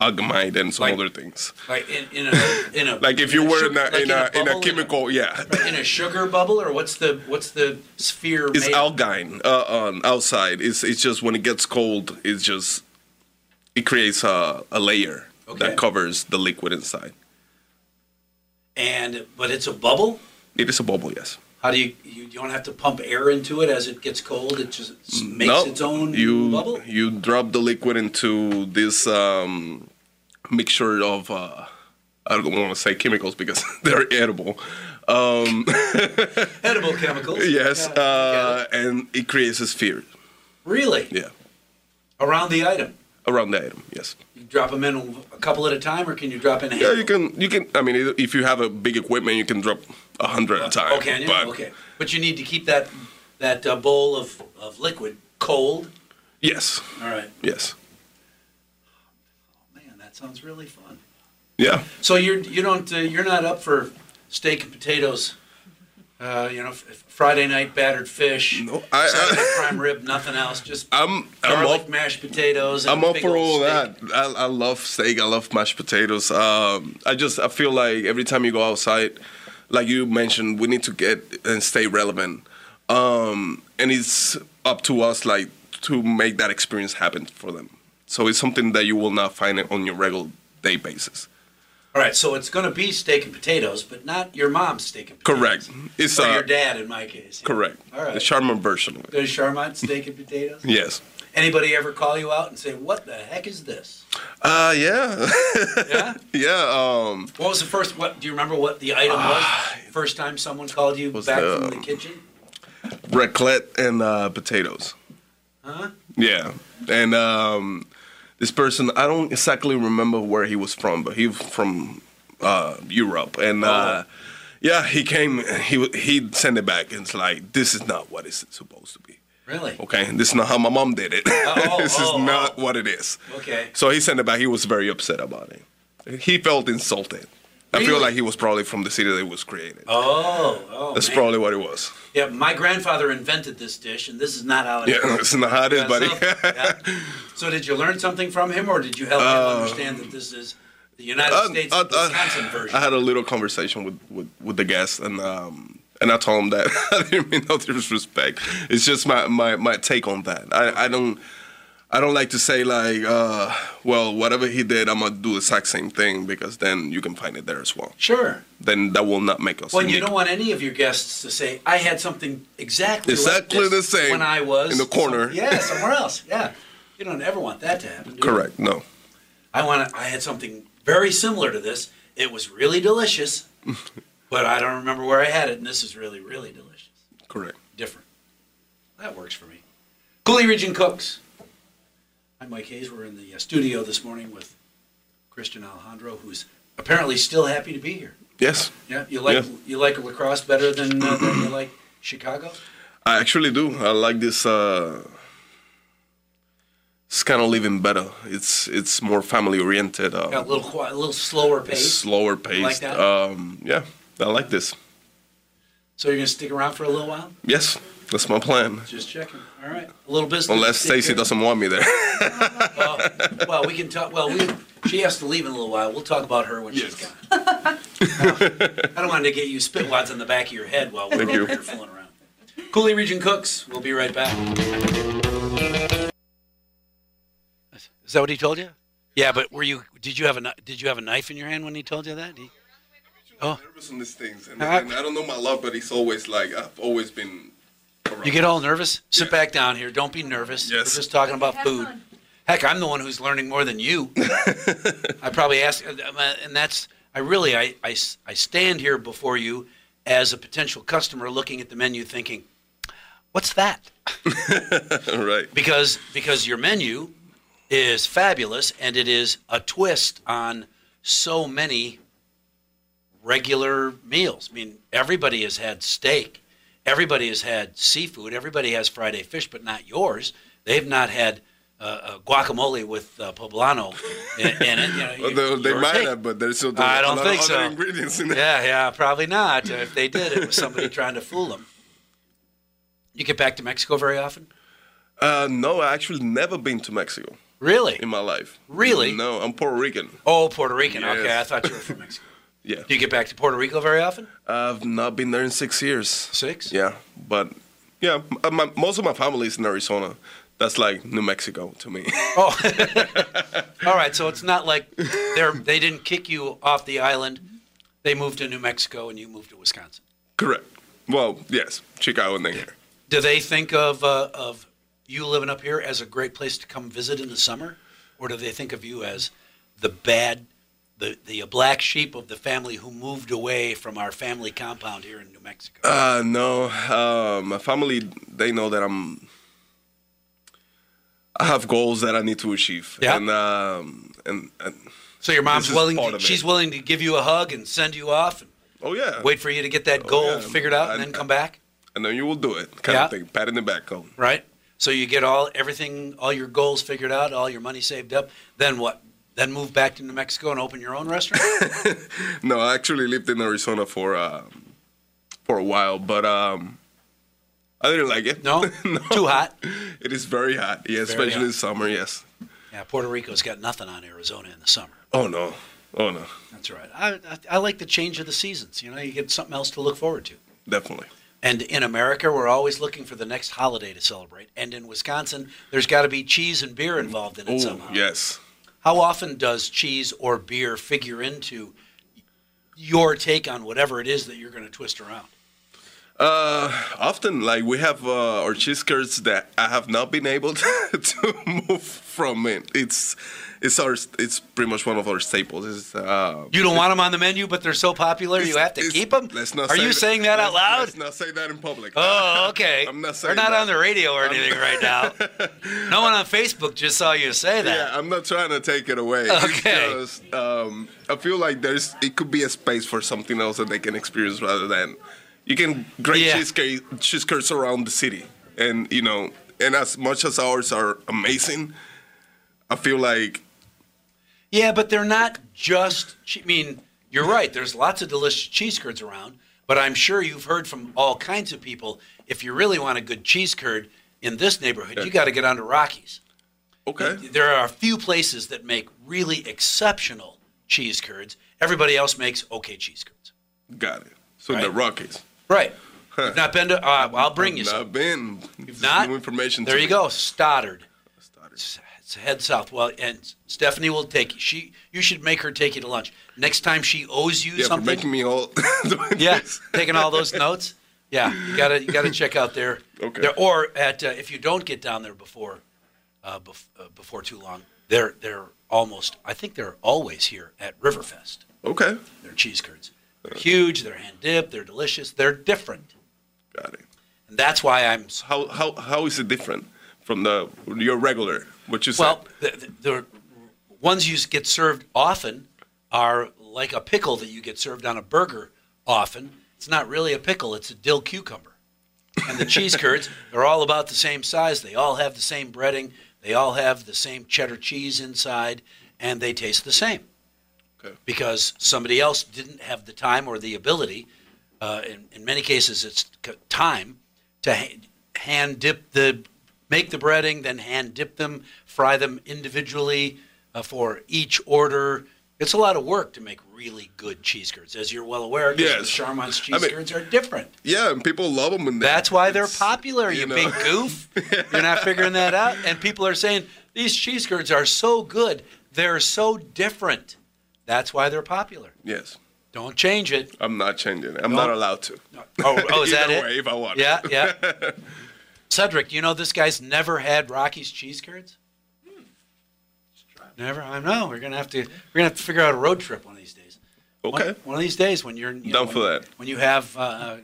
[SPEAKER 2] algamite and some
[SPEAKER 1] Like-
[SPEAKER 2] other things.
[SPEAKER 1] like in, in a in a
[SPEAKER 2] Like if
[SPEAKER 1] in
[SPEAKER 2] you
[SPEAKER 1] a
[SPEAKER 2] were in
[SPEAKER 1] sugar-
[SPEAKER 2] a
[SPEAKER 1] like
[SPEAKER 2] in a in
[SPEAKER 1] bubble,
[SPEAKER 2] a chemical, yeah,
[SPEAKER 1] in a sugar bubble or what's the what's the sphere
[SPEAKER 2] it's
[SPEAKER 1] made?
[SPEAKER 2] algine uh, on outside. It's it's just when it gets cold, it's just it creates a, a layer
[SPEAKER 1] Okay.
[SPEAKER 2] that covers the liquid inside.
[SPEAKER 1] and but it's a bubble.
[SPEAKER 2] It is a bubble, yes.
[SPEAKER 1] How do you, you you don't have to pump air into it as it gets cold? It just s- makes its own
[SPEAKER 2] you,
[SPEAKER 1] bubble.
[SPEAKER 2] You drop the liquid into this um, mixture of uh, I don't want to say chemicals because they're edible. Um,
[SPEAKER 1] Edible chemicals.
[SPEAKER 2] yes,
[SPEAKER 1] Yeah,
[SPEAKER 2] uh, and it creates a sphere.
[SPEAKER 1] really.
[SPEAKER 2] Yeah,
[SPEAKER 1] Around the item,
[SPEAKER 2] around the item. Yes.
[SPEAKER 1] you drop them in a couple at a time, or can you drop in? A
[SPEAKER 2] Yeah,
[SPEAKER 1] handful?
[SPEAKER 2] you can. You can. I mean, if you have a big equipment, you can drop a hundred at a time.
[SPEAKER 1] Oh, can you?
[SPEAKER 2] But
[SPEAKER 1] okay, but you need to keep that that uh, bowl of of liquid cold.
[SPEAKER 2] Yes.
[SPEAKER 1] All right, Oh,
[SPEAKER 2] Yes.
[SPEAKER 1] man, that sounds really fun.
[SPEAKER 2] Yeah.
[SPEAKER 1] So you're you don't uh, you're not up for steak and potatoes, uh, you know, f- f- Friday night battered fish,
[SPEAKER 2] No, I- I-
[SPEAKER 1] Saturday prime rib, nothing else. Just
[SPEAKER 2] I'm. I'm
[SPEAKER 1] garlic
[SPEAKER 2] up.
[SPEAKER 1] mashed potatoes. And
[SPEAKER 2] I'm
[SPEAKER 1] a
[SPEAKER 2] up
[SPEAKER 1] big
[SPEAKER 2] for
[SPEAKER 1] old
[SPEAKER 2] all
[SPEAKER 1] steak.
[SPEAKER 2] that. I, I love steak. I love mashed potatoes. Um, I just I feel like every time you go outside, like you mentioned, we need to get and stay relevant. Um, and it's up to us like to make that experience happen for them. So it's something that you will not find it on your regular day basis.
[SPEAKER 1] All right, so it's going to be steak and potatoes, but not your mom's steak and potatoes.
[SPEAKER 2] Correct. It's
[SPEAKER 1] Or
[SPEAKER 2] uh,
[SPEAKER 1] your dad, in my case.
[SPEAKER 2] correct.
[SPEAKER 1] All right.
[SPEAKER 2] The Charmin version of it.
[SPEAKER 1] There's Charmont steak and potatoes.
[SPEAKER 2] Yes.
[SPEAKER 1] Anybody ever call you out and say, "What the heck is this?"
[SPEAKER 2] Uh, yeah,
[SPEAKER 1] Yeah.
[SPEAKER 2] yeah. Um,
[SPEAKER 1] What was the first? What do you remember? What the item was? First time someone called you
[SPEAKER 2] Ah. Was
[SPEAKER 1] back
[SPEAKER 2] the,
[SPEAKER 1] from the
[SPEAKER 2] um,
[SPEAKER 1] kitchen.
[SPEAKER 2] raclette and uh, potatoes.
[SPEAKER 1] Huh?
[SPEAKER 2] Yeah, and um, this person I don't exactly remember where he was from, but he was from uh, Europe, and
[SPEAKER 1] Oh.
[SPEAKER 2] uh, yeah, he came. He wa- he sent it back, and it's like this is not what it's supposed to be.
[SPEAKER 1] Really?
[SPEAKER 2] Okay, this is not how my mom did it.
[SPEAKER 1] oh,
[SPEAKER 2] this is
[SPEAKER 1] oh,
[SPEAKER 2] not what it is.
[SPEAKER 1] Okay.
[SPEAKER 2] So he sent it back. He was very upset about it. He felt insulted. I feel
[SPEAKER 1] Really?
[SPEAKER 2] like he was probably from the city that it was created.
[SPEAKER 1] Oh, oh.
[SPEAKER 2] That's
[SPEAKER 1] man.
[SPEAKER 2] probably what it was.
[SPEAKER 1] Yeah, my grandfather invented this dish, and this is not how it
[SPEAKER 2] Yeah,
[SPEAKER 1] is.
[SPEAKER 2] it's not how it is,
[SPEAKER 1] Yeah,
[SPEAKER 2] buddy.
[SPEAKER 1] so- yeah. So did you learn something from him, or did you help
[SPEAKER 2] Uh,
[SPEAKER 1] him understand that this is the United
[SPEAKER 2] I-
[SPEAKER 1] States
[SPEAKER 2] I- I-
[SPEAKER 1] Wisconsin version?
[SPEAKER 2] I had a little conversation with, with, with the guest, and um, and I told him that I didn't mean no disrespect. It's just my, my, my take on that. I, I don't I don't like to say like, uh, well, whatever he did, I'm gonna do the exact same thing because then you can find it there as well.
[SPEAKER 1] sure.
[SPEAKER 2] Then that will not make us.
[SPEAKER 1] Well, you
[SPEAKER 2] unique.
[SPEAKER 1] don't want any of your guests to say, "I had something exactly like
[SPEAKER 2] Exactly
[SPEAKER 1] this
[SPEAKER 2] the same
[SPEAKER 1] when I was
[SPEAKER 2] in the corner."
[SPEAKER 1] some- yeah, somewhere else. Yeah, you don't ever want that to happen. do you?
[SPEAKER 2] Correct. No.
[SPEAKER 1] I want. I had something very similar to this. It was really delicious, but I don't remember where I had it, and this is really, really delicious.
[SPEAKER 2] Correct.
[SPEAKER 1] different. That works for me. Cooley Region Cooks. I'm Mike Hayes. We're in the uh, studio this morning with Christian Alejandro, who's apparently still happy to be here.
[SPEAKER 2] Yes,
[SPEAKER 1] Yeah, you like
[SPEAKER 2] Yeah.
[SPEAKER 1] you like lacrosse better than, uh, than you like Chicago.
[SPEAKER 2] I actually do. I like this. Uh, it's kind of living better. It's it's more family oriented. Um,
[SPEAKER 1] Got a little qui- a little slower pace.
[SPEAKER 2] slower
[SPEAKER 1] You like
[SPEAKER 2] paced.
[SPEAKER 1] that?
[SPEAKER 2] um, yeah, I like this.
[SPEAKER 1] so you're gonna stick around for a little while.
[SPEAKER 2] Yes, that's my plan.
[SPEAKER 1] Just checking. All right, a little business.
[SPEAKER 2] Unless
[SPEAKER 1] Take care.
[SPEAKER 2] Stacy doesn't want me there.
[SPEAKER 1] Well, well, we can talk. Well, we, she has to leave in a little while. We'll talk about her when she's
[SPEAKER 2] Yes.
[SPEAKER 1] gone. Uh, I don't want to get you spit wads on the back of your head while we're
[SPEAKER 2] Thank you.
[SPEAKER 1] over here fooling around. Cooley Region Cooks. We'll be right back. Is that what he told you? Yeah, but were you? Did you have a kni- Did you have a knife in your hand when he told you that? He- Oh.
[SPEAKER 2] nervous on these things, and,
[SPEAKER 1] Uh,
[SPEAKER 2] and I don't know my love, but it's always like I've always been. Around.
[SPEAKER 1] You get all nervous? Sit back down here. Don't be nervous. We're
[SPEAKER 2] Yes.
[SPEAKER 1] just talking about
[SPEAKER 3] Have
[SPEAKER 1] food.
[SPEAKER 3] fun.
[SPEAKER 1] Heck, I'm the one who's learning more than you. I probably ask, uh, and that's, I really, I, I, I stand here before you as a potential customer looking at the menu thinking, what's that?
[SPEAKER 2] right.
[SPEAKER 1] Because, because your menu is fabulous and it is a twist on so many regular meals. I mean, everybody has had steak, everybody has had seafood, everybody has Friday fish, but not yours. They've not had uh, uh, guacamole with uh, poblano in, in it. You know,
[SPEAKER 2] Well, they they
[SPEAKER 1] yours
[SPEAKER 2] might
[SPEAKER 1] ain't.
[SPEAKER 2] have, but there's still
[SPEAKER 1] I
[SPEAKER 2] a
[SPEAKER 1] don't
[SPEAKER 2] lot
[SPEAKER 1] think
[SPEAKER 2] of
[SPEAKER 1] so.
[SPEAKER 2] other ingredients in there.
[SPEAKER 1] Yeah, yeah, probably not. If they did, it was somebody trying to fool them. You get back to Mexico very often?
[SPEAKER 2] Uh, no, I actually never been to Mexico
[SPEAKER 1] Really?
[SPEAKER 2] in my life.
[SPEAKER 1] Really?
[SPEAKER 2] No, I'm Puerto Rican.
[SPEAKER 1] Oh, Puerto Rican. Okay, I
[SPEAKER 2] Yes.
[SPEAKER 1] thought you were from Mexico.
[SPEAKER 2] Yeah.
[SPEAKER 1] Do you get back to Puerto Rico very often?
[SPEAKER 2] I've not been there in six years.
[SPEAKER 1] Six?
[SPEAKER 2] Yeah, but yeah, m- uh, my, most of my family is in Arizona. That's like New Mexico to me.
[SPEAKER 1] Oh, all right. So it's not like they're they didn't kick you off the island. They moved to New Mexico and you moved to Wisconsin.
[SPEAKER 2] Correct. Well, yes, Chicago and then here.
[SPEAKER 1] Do they think of uh, of you living up here as a great place to come visit in the summer, or do they think of you as the bad, the the black sheep of the family who moved away from our family compound here in New Mexico?
[SPEAKER 2] Uh, no, uh, my family they know that I'm. I have goals that I need to achieve.
[SPEAKER 1] Yeah.
[SPEAKER 2] And um, and, and
[SPEAKER 1] so your mom's
[SPEAKER 2] this is
[SPEAKER 1] willing.
[SPEAKER 2] part
[SPEAKER 1] To,
[SPEAKER 2] of
[SPEAKER 1] she's
[SPEAKER 2] it.
[SPEAKER 1] willing to give you a hug and send you off and
[SPEAKER 2] oh yeah.
[SPEAKER 1] wait for you to get that goal
[SPEAKER 2] oh, yeah.
[SPEAKER 1] figured out and
[SPEAKER 2] I-
[SPEAKER 1] then come back.
[SPEAKER 2] I know you will do it. Kind
[SPEAKER 1] Yeah.
[SPEAKER 2] of thing. Pat in the back. Oh.
[SPEAKER 1] right? So you get all everything, all your goals figured out, all your money saved up. Then what? Then move back to New Mexico and open your own restaurant.
[SPEAKER 2] No, I actually lived in Arizona for um, for a while, but um, I didn't like it.
[SPEAKER 1] No, too hot.
[SPEAKER 2] It is very hot. Yeah,
[SPEAKER 1] very
[SPEAKER 2] especially
[SPEAKER 1] hot.
[SPEAKER 2] in summer. Yes.
[SPEAKER 1] Yeah, Puerto Rico's got nothing on Arizona in the summer.
[SPEAKER 2] Oh no. Oh no.
[SPEAKER 1] That's right. I, I, I like the change of the seasons. You know, you get something else to look forward to.
[SPEAKER 2] Definitely.
[SPEAKER 1] And in America, we're always looking for the next holiday to celebrate. And in Wisconsin, there's got to be cheese and beer involved in it
[SPEAKER 2] Oh
[SPEAKER 1] somehow.
[SPEAKER 2] yes.
[SPEAKER 1] How often does cheese or beer figure into your take on whatever it is that you're going to twist around?
[SPEAKER 2] Uh, often, like we have uh, our cheese curds that I have not been able to move from it. It's it's our it's pretty much one of our staples. It's, uh,
[SPEAKER 1] You don't want them on the menu, but they're so popular you
[SPEAKER 2] it's-
[SPEAKER 1] have to
[SPEAKER 2] it's-
[SPEAKER 1] keep them.
[SPEAKER 2] Let's not
[SPEAKER 1] Are
[SPEAKER 2] say
[SPEAKER 1] you saying that out
[SPEAKER 2] let's-
[SPEAKER 1] loud?
[SPEAKER 2] Let's not say that in public.
[SPEAKER 1] Oh, okay.
[SPEAKER 2] I'm not
[SPEAKER 1] We're
[SPEAKER 2] saying
[SPEAKER 1] not
[SPEAKER 2] that.
[SPEAKER 1] on the radio or anything right now. No one on Facebook just saw you say
[SPEAKER 2] Yeah,
[SPEAKER 1] that.
[SPEAKER 2] I'm not trying to take it away.
[SPEAKER 1] Okay.
[SPEAKER 2] It's just, um, I feel like there's it could be a space for something else that they can experience rather than you can great
[SPEAKER 1] Yeah.
[SPEAKER 2] cheesecake cheese curds around the city, and you know, and as much as ours are amazing, I feel like
[SPEAKER 1] Yeah, but they're not just. che- I mean, you're right. There's lots of delicious cheese curds around, but I'm sure you've heard from all kinds of people. If you really want a good cheese curd in this neighborhood, you got to get onto Rockies.
[SPEAKER 2] okay,
[SPEAKER 1] There are a few places that make really exceptional cheese curds. Everybody else makes okay cheese curds.
[SPEAKER 2] got it. So the
[SPEAKER 1] Right.
[SPEAKER 2] Rockies.
[SPEAKER 1] Right. You've not been to? Uh, well, I'll bring you some.
[SPEAKER 2] Not been. You've
[SPEAKER 1] not?
[SPEAKER 2] New information.
[SPEAKER 1] There
[SPEAKER 2] to
[SPEAKER 1] you
[SPEAKER 2] me.
[SPEAKER 1] go, Stoddard. S- s- Head south. Well, and Stephanie will take you. She, you should make her take you to lunch next time she owes you
[SPEAKER 2] Yeah,
[SPEAKER 1] something.
[SPEAKER 2] for making me all. doing
[SPEAKER 1] yeah,
[SPEAKER 2] this.
[SPEAKER 1] taking all those notes. Yeah, you gotta you gotta check out there.
[SPEAKER 2] Okay.
[SPEAKER 1] There, or at uh, if you don't get down there before, uh, bef- uh, before too long, they're they're almost. I think they're always here at Riverfest.
[SPEAKER 2] Okay,
[SPEAKER 1] They're cheese curds.
[SPEAKER 2] Uh.
[SPEAKER 1] They're huge. They're hand dipped. They're delicious. They're different,
[SPEAKER 2] got it.
[SPEAKER 1] and that's why I'm so
[SPEAKER 2] How how how is it different from the your regular? What you said?
[SPEAKER 1] Well, the, the, the ones you get served often are like a pickle that you get served on a burger often. It's not really a pickle, it's a dill cucumber. And the cheese curds, they're all about the same size. They all have the same breading. They all have the same cheddar cheese inside, and they taste the same.
[SPEAKER 2] Okay.
[SPEAKER 1] Because somebody else didn't have the time or the ability, uh, in, in many cases, it's c- time to ha- hand dip the make the breading, then hand dip them, fry them individually uh, for each order. It's a lot of work to make really good cheese curds, as you're well aware. 'cause
[SPEAKER 2] Yes.
[SPEAKER 1] the Charmont's cheese
[SPEAKER 2] I mean-
[SPEAKER 1] curds are different.
[SPEAKER 2] Yeah, and people love them. When they-
[SPEAKER 1] That's why they're
[SPEAKER 2] it's-
[SPEAKER 1] popular, you,
[SPEAKER 2] you know.
[SPEAKER 1] big goof. You're not figuring that out. And people are saying, these cheese curds are so good. They're so different. That's why they're popular.
[SPEAKER 2] Yes,
[SPEAKER 1] Don't change it.
[SPEAKER 2] I'm not changing it. I'm not
[SPEAKER 1] No.
[SPEAKER 2] allowed to.
[SPEAKER 1] Oh, oh is that
[SPEAKER 2] Either
[SPEAKER 1] it?
[SPEAKER 2] way, if I want.
[SPEAKER 1] Yeah, yeah. Cedric, you know this guy's never had Rocky's cheese curds?
[SPEAKER 2] Hmm.
[SPEAKER 1] Never. I know. We're gonna have to. We're gonna have to figure out a road trip one of these days. One-
[SPEAKER 2] Okay.
[SPEAKER 1] One, of these days when you're you
[SPEAKER 2] Down
[SPEAKER 1] when-
[SPEAKER 2] for that.
[SPEAKER 1] When you have uh,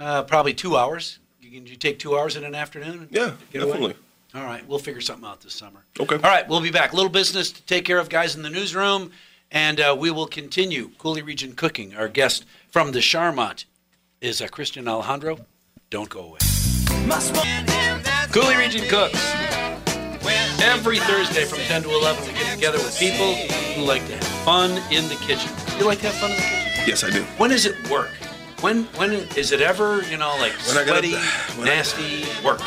[SPEAKER 1] uh, probably two hours, you can you take two hours in an afternoon.
[SPEAKER 2] Yeah,
[SPEAKER 1] Get away?
[SPEAKER 2] definitely.
[SPEAKER 1] All right, we'll figure something out this summer.
[SPEAKER 2] Okay.
[SPEAKER 1] All right, we'll be back. Little business to take care of, guys, in the newsroom, and uh, we will continue. Cooley Region Cooking. Our guest from the Charmont is uh, Christian Alejandro. Don't go away. Cooley Region Cooks. Every Thursday from 10 to 11, we get together with people who like to have fun in the kitchen. You like to have fun in the kitchen?
[SPEAKER 2] Yes, I do.
[SPEAKER 1] When is it work? When when is it ever you know like
[SPEAKER 2] When I get up-
[SPEAKER 1] sweaty,
[SPEAKER 2] when I-
[SPEAKER 1] nasty work?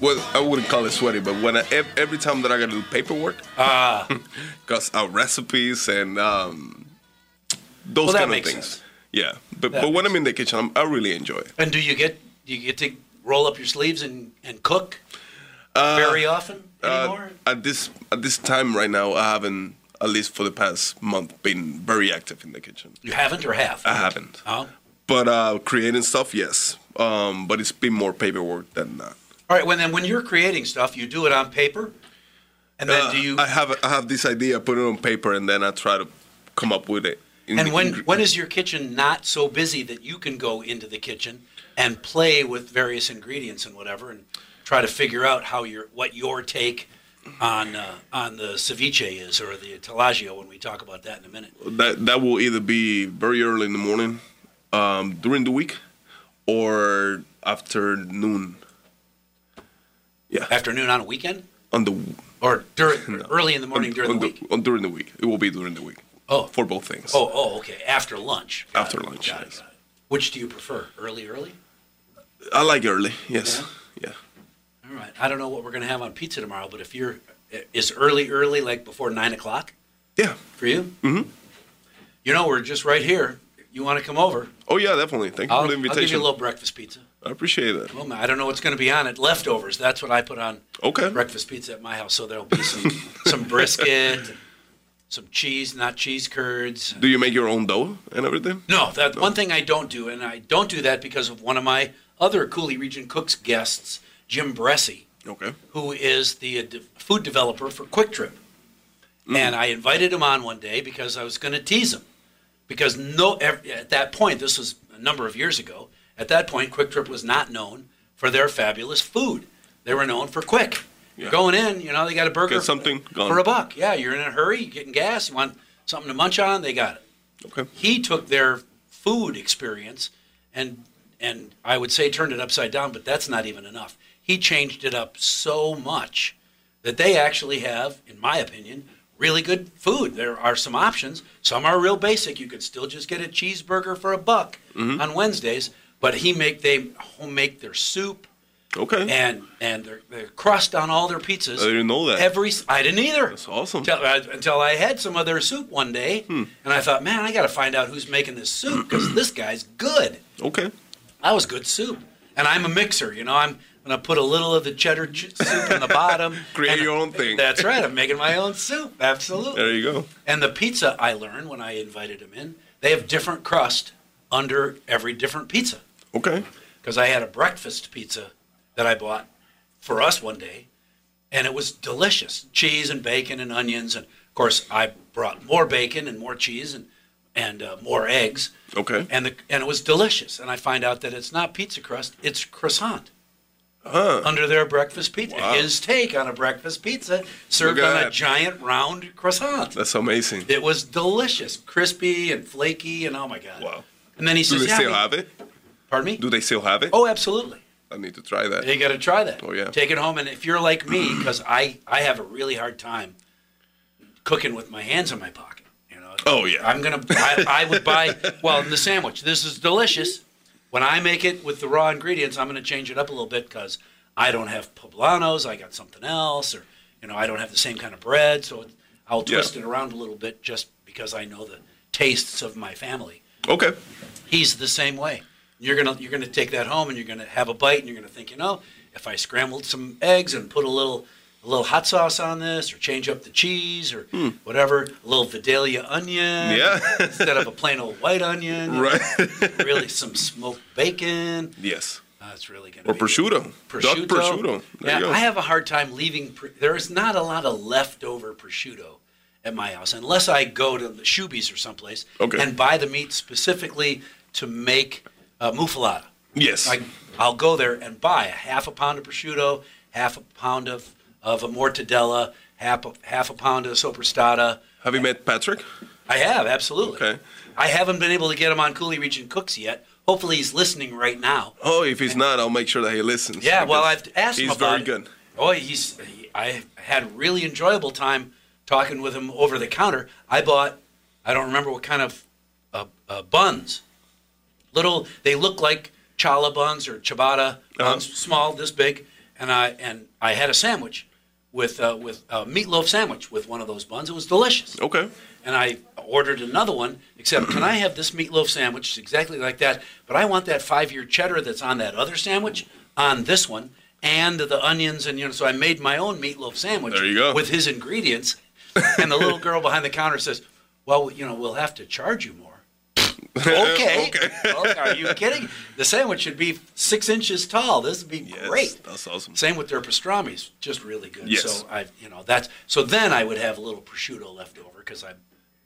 [SPEAKER 2] Well, I wouldn't call it sweaty, but when I, ev- every time that I gotta do paperwork,
[SPEAKER 1] Ah.
[SPEAKER 2] because our recipes and um, those
[SPEAKER 1] Well, that
[SPEAKER 2] kind of
[SPEAKER 1] makes
[SPEAKER 2] things.
[SPEAKER 1] sense.
[SPEAKER 2] Yeah, but
[SPEAKER 1] That
[SPEAKER 2] but when I'm in the kitchen, I'm, I really enjoy it.
[SPEAKER 1] And do you get do you get to roll up your sleeves and, and cook
[SPEAKER 2] Uh,
[SPEAKER 1] very often anymore?
[SPEAKER 2] At this at this time right now, I haven't at least for the past month been very active in the kitchen.
[SPEAKER 1] you haven't or have?
[SPEAKER 2] I haven't.
[SPEAKER 1] Oh.
[SPEAKER 2] But uh, creating stuff, yes. Um, but it's been more paperwork than not.
[SPEAKER 1] All right. Well, then when you're creating stuff, you do it on paper, and then
[SPEAKER 2] Uh,
[SPEAKER 1] do you?
[SPEAKER 2] I have I have this idea, I put it on paper, and then I try to come up with it. in
[SPEAKER 1] and
[SPEAKER 2] the
[SPEAKER 1] when
[SPEAKER 2] ingre-
[SPEAKER 1] when is your kitchen not so busy that you can go into the kitchen and play with various ingredients and whatever, and try to figure out how your what your take on uh, on the ceviche is or the tallagio when we talk about that in a minute.
[SPEAKER 2] that that will either be very early in the morning, um, during the week, or after noon. Yeah,
[SPEAKER 1] Afternoon on a weekend
[SPEAKER 2] on the
[SPEAKER 1] or during early in the morning
[SPEAKER 2] on,
[SPEAKER 1] during
[SPEAKER 2] on
[SPEAKER 1] the week.
[SPEAKER 2] on- during the week. It will be during the week.
[SPEAKER 1] Oh.
[SPEAKER 2] for both things.
[SPEAKER 1] Oh, oh, okay. After lunch. Got
[SPEAKER 2] After
[SPEAKER 1] it,
[SPEAKER 2] lunch,
[SPEAKER 1] got it,
[SPEAKER 2] yes.
[SPEAKER 1] got it. Which do you prefer, early, early?
[SPEAKER 2] I like early. Yes, yeah.
[SPEAKER 1] All right. I don't know what we're going to have on pizza tomorrow, but if you're, is early, early like before nine o'clock
[SPEAKER 2] yeah,
[SPEAKER 1] for you? Mm-hmm. You know, we're just right here. You want to come over?
[SPEAKER 2] Oh yeah, definitely. Thank you
[SPEAKER 1] I'll,
[SPEAKER 2] for the
[SPEAKER 1] I'll
[SPEAKER 2] invitation.
[SPEAKER 1] give you a little breakfast pizza.
[SPEAKER 2] I appreciate that.
[SPEAKER 1] Well, I don't know what's going to be on it. Leftovers. That's what I put on
[SPEAKER 2] Okay.
[SPEAKER 1] breakfast pizza at my house. So there'll be some some brisket, some cheese, not cheese curds.
[SPEAKER 2] Do you make your own dough and everything?
[SPEAKER 1] No, that one thing I don't do, and I don't do that because of one of my other Cooley Region Cooks guests, Jim Bressy,
[SPEAKER 2] Okay.
[SPEAKER 1] who is the uh, de- food developer for Quick Trip. And I invited him on one day because I was going to tease him. Because no, ev- at that point, this was a number of years ago. At that point, Quick Trip was not known for their fabulous food. They were known for quick. You're
[SPEAKER 2] Yeah.
[SPEAKER 1] going in, you know, they got a burger
[SPEAKER 2] Get something, gone.
[SPEAKER 1] for a buck. Yeah, you're in a hurry, you're getting gas, you want something to munch on, they got it
[SPEAKER 2] Okay.
[SPEAKER 1] he took their food experience and and I would say turned it upside down, but that's not even enough. He changed it up so much that they actually have, in my opinion, really good food. There are some options. Some are real basic. You could still just get a cheeseburger for a buck
[SPEAKER 2] Mm-hmm.
[SPEAKER 1] on Wednesdays, but he make they home make their soup
[SPEAKER 2] Okay.
[SPEAKER 1] and and their, their crust on all their pizzas.
[SPEAKER 2] I didn't know that.
[SPEAKER 1] Every s- I didn't either.
[SPEAKER 2] That's awesome. Hmm.
[SPEAKER 1] Until I, until I had some of their soup one day, and I thought, man, I got to find out who's making this soup because this guy's good.
[SPEAKER 2] okay.
[SPEAKER 1] That was good soup, and I'm a mixer. You know, I'm gonna put a little of the cheddar ch- soup in the bottom.
[SPEAKER 2] Create
[SPEAKER 1] and-
[SPEAKER 2] your own thing.
[SPEAKER 1] That's right. I'm making my own soup. Absolutely.
[SPEAKER 2] There you go.
[SPEAKER 1] And the pizza I learned when I invited him in, they have different crust under every different pizza
[SPEAKER 2] Okay.
[SPEAKER 1] because I had a breakfast pizza that I bought for us one day, and it was delicious. Cheese and bacon and onions, and of course I brought more bacon and more cheese and and uh, more eggs,
[SPEAKER 2] Okay.
[SPEAKER 1] and the, and it was delicious. And I find out that it's not pizza crust; it's croissant. Under their breakfast pizza,
[SPEAKER 2] Wow.
[SPEAKER 1] his take on a breakfast pizza served
[SPEAKER 2] Look at
[SPEAKER 1] on a
[SPEAKER 2] that.
[SPEAKER 1] giant round croissant.
[SPEAKER 2] That's amazing.
[SPEAKER 1] It was delicious, crispy and flaky, and oh my god!
[SPEAKER 2] Wow.
[SPEAKER 1] And then he
[SPEAKER 2] Do
[SPEAKER 1] says,
[SPEAKER 2] they
[SPEAKER 1] yeah,
[SPEAKER 2] still
[SPEAKER 1] we-
[SPEAKER 2] have it?
[SPEAKER 1] "Pardon me?
[SPEAKER 2] Do they still have it?
[SPEAKER 1] oh, absolutely."
[SPEAKER 2] I need to try that.
[SPEAKER 1] You got to try that.
[SPEAKER 2] Oh, yeah.
[SPEAKER 1] Take it home, and if you're like me, because I I have a really hard time cooking with my hands in my pocket. You know.
[SPEAKER 2] Oh, yeah.
[SPEAKER 1] I'm gonna. I, I would buy. Well, in the sandwich, this is delicious. When I make it with the raw ingredients, I'm gonna change it up a little bit because I don't have poblanos. I got something else, or you know, I don't have the same kind of bread, so I'll
[SPEAKER 2] Yeah.
[SPEAKER 1] twist it around a little bit just because I know the tastes of my family
[SPEAKER 2] Okay.
[SPEAKER 1] he's the same way. You're gonna you're gonna take that home and you're gonna have a bite and you're gonna think, you know, if I scrambled some eggs and put a little a little hot sauce on this, or change up the cheese, or whatever, a little Vidalia onion
[SPEAKER 2] Hmm. Yeah.
[SPEAKER 1] instead of a plain old white onion, you know,
[SPEAKER 2] Right.
[SPEAKER 1] really some smoked bacon.
[SPEAKER 2] yes.
[SPEAKER 1] Uh, it's really gonna
[SPEAKER 2] Or
[SPEAKER 1] be
[SPEAKER 2] prosciutto. Duck
[SPEAKER 1] prosciutto.
[SPEAKER 2] prosciutto. There
[SPEAKER 1] yeah,
[SPEAKER 2] you go.
[SPEAKER 1] I have a hard time leaving. Pr- there is not a lot of leftover prosciutto at my house unless I go to the Shubies or someplace
[SPEAKER 2] Okay.
[SPEAKER 1] and buy the meat specifically to make uh, muffalata.
[SPEAKER 2] yes.
[SPEAKER 1] I, I'll go there and buy a half a pound of prosciutto, half a pound of of a mortadella, half a, half a pound of soprastata.
[SPEAKER 2] have you met Patrick?
[SPEAKER 1] I have absolutely.
[SPEAKER 2] Okay.
[SPEAKER 1] I haven't been able to get him on Cooley Region Cooks yet. Hopefully, he's listening right now.
[SPEAKER 2] Oh, if he's not, I'll make sure that he listens.
[SPEAKER 1] Yeah, well,
[SPEAKER 2] because
[SPEAKER 1] I've asked him
[SPEAKER 2] He's
[SPEAKER 1] about
[SPEAKER 2] very
[SPEAKER 1] it.
[SPEAKER 2] good.
[SPEAKER 1] Oh, he's. He, I had a really enjoyable time talking with him over the counter. I bought, I don't remember what kind of uh, uh, buns. Little, they look like challah buns or
[SPEAKER 2] Uh-huh.
[SPEAKER 1] ciabatta buns, small, this big. And I and I had a sandwich with uh, with a meatloaf sandwich with one of those buns. It was delicious
[SPEAKER 2] Okay.
[SPEAKER 1] and I ordered another one. Except, can I have this meatloaf sandwich? It's exactly like that, but I want that five-year cheddar that's on that other sandwich on this one, and the onions and you know. So I made my own meatloaf sandwich
[SPEAKER 2] There you go.
[SPEAKER 1] with his ingredients, and the little girl behind the counter says, "Well, you know, we'll have to charge you more." okay.
[SPEAKER 2] Okay.
[SPEAKER 1] Well, are you kidding? The sandwich should be six inches tall. This would be
[SPEAKER 2] Yes,
[SPEAKER 1] great.
[SPEAKER 2] That's awesome.
[SPEAKER 1] Same with their pastrami's, just really good.
[SPEAKER 2] Yes.
[SPEAKER 1] So I, you know, that's so then I would have a little prosciutto left over because I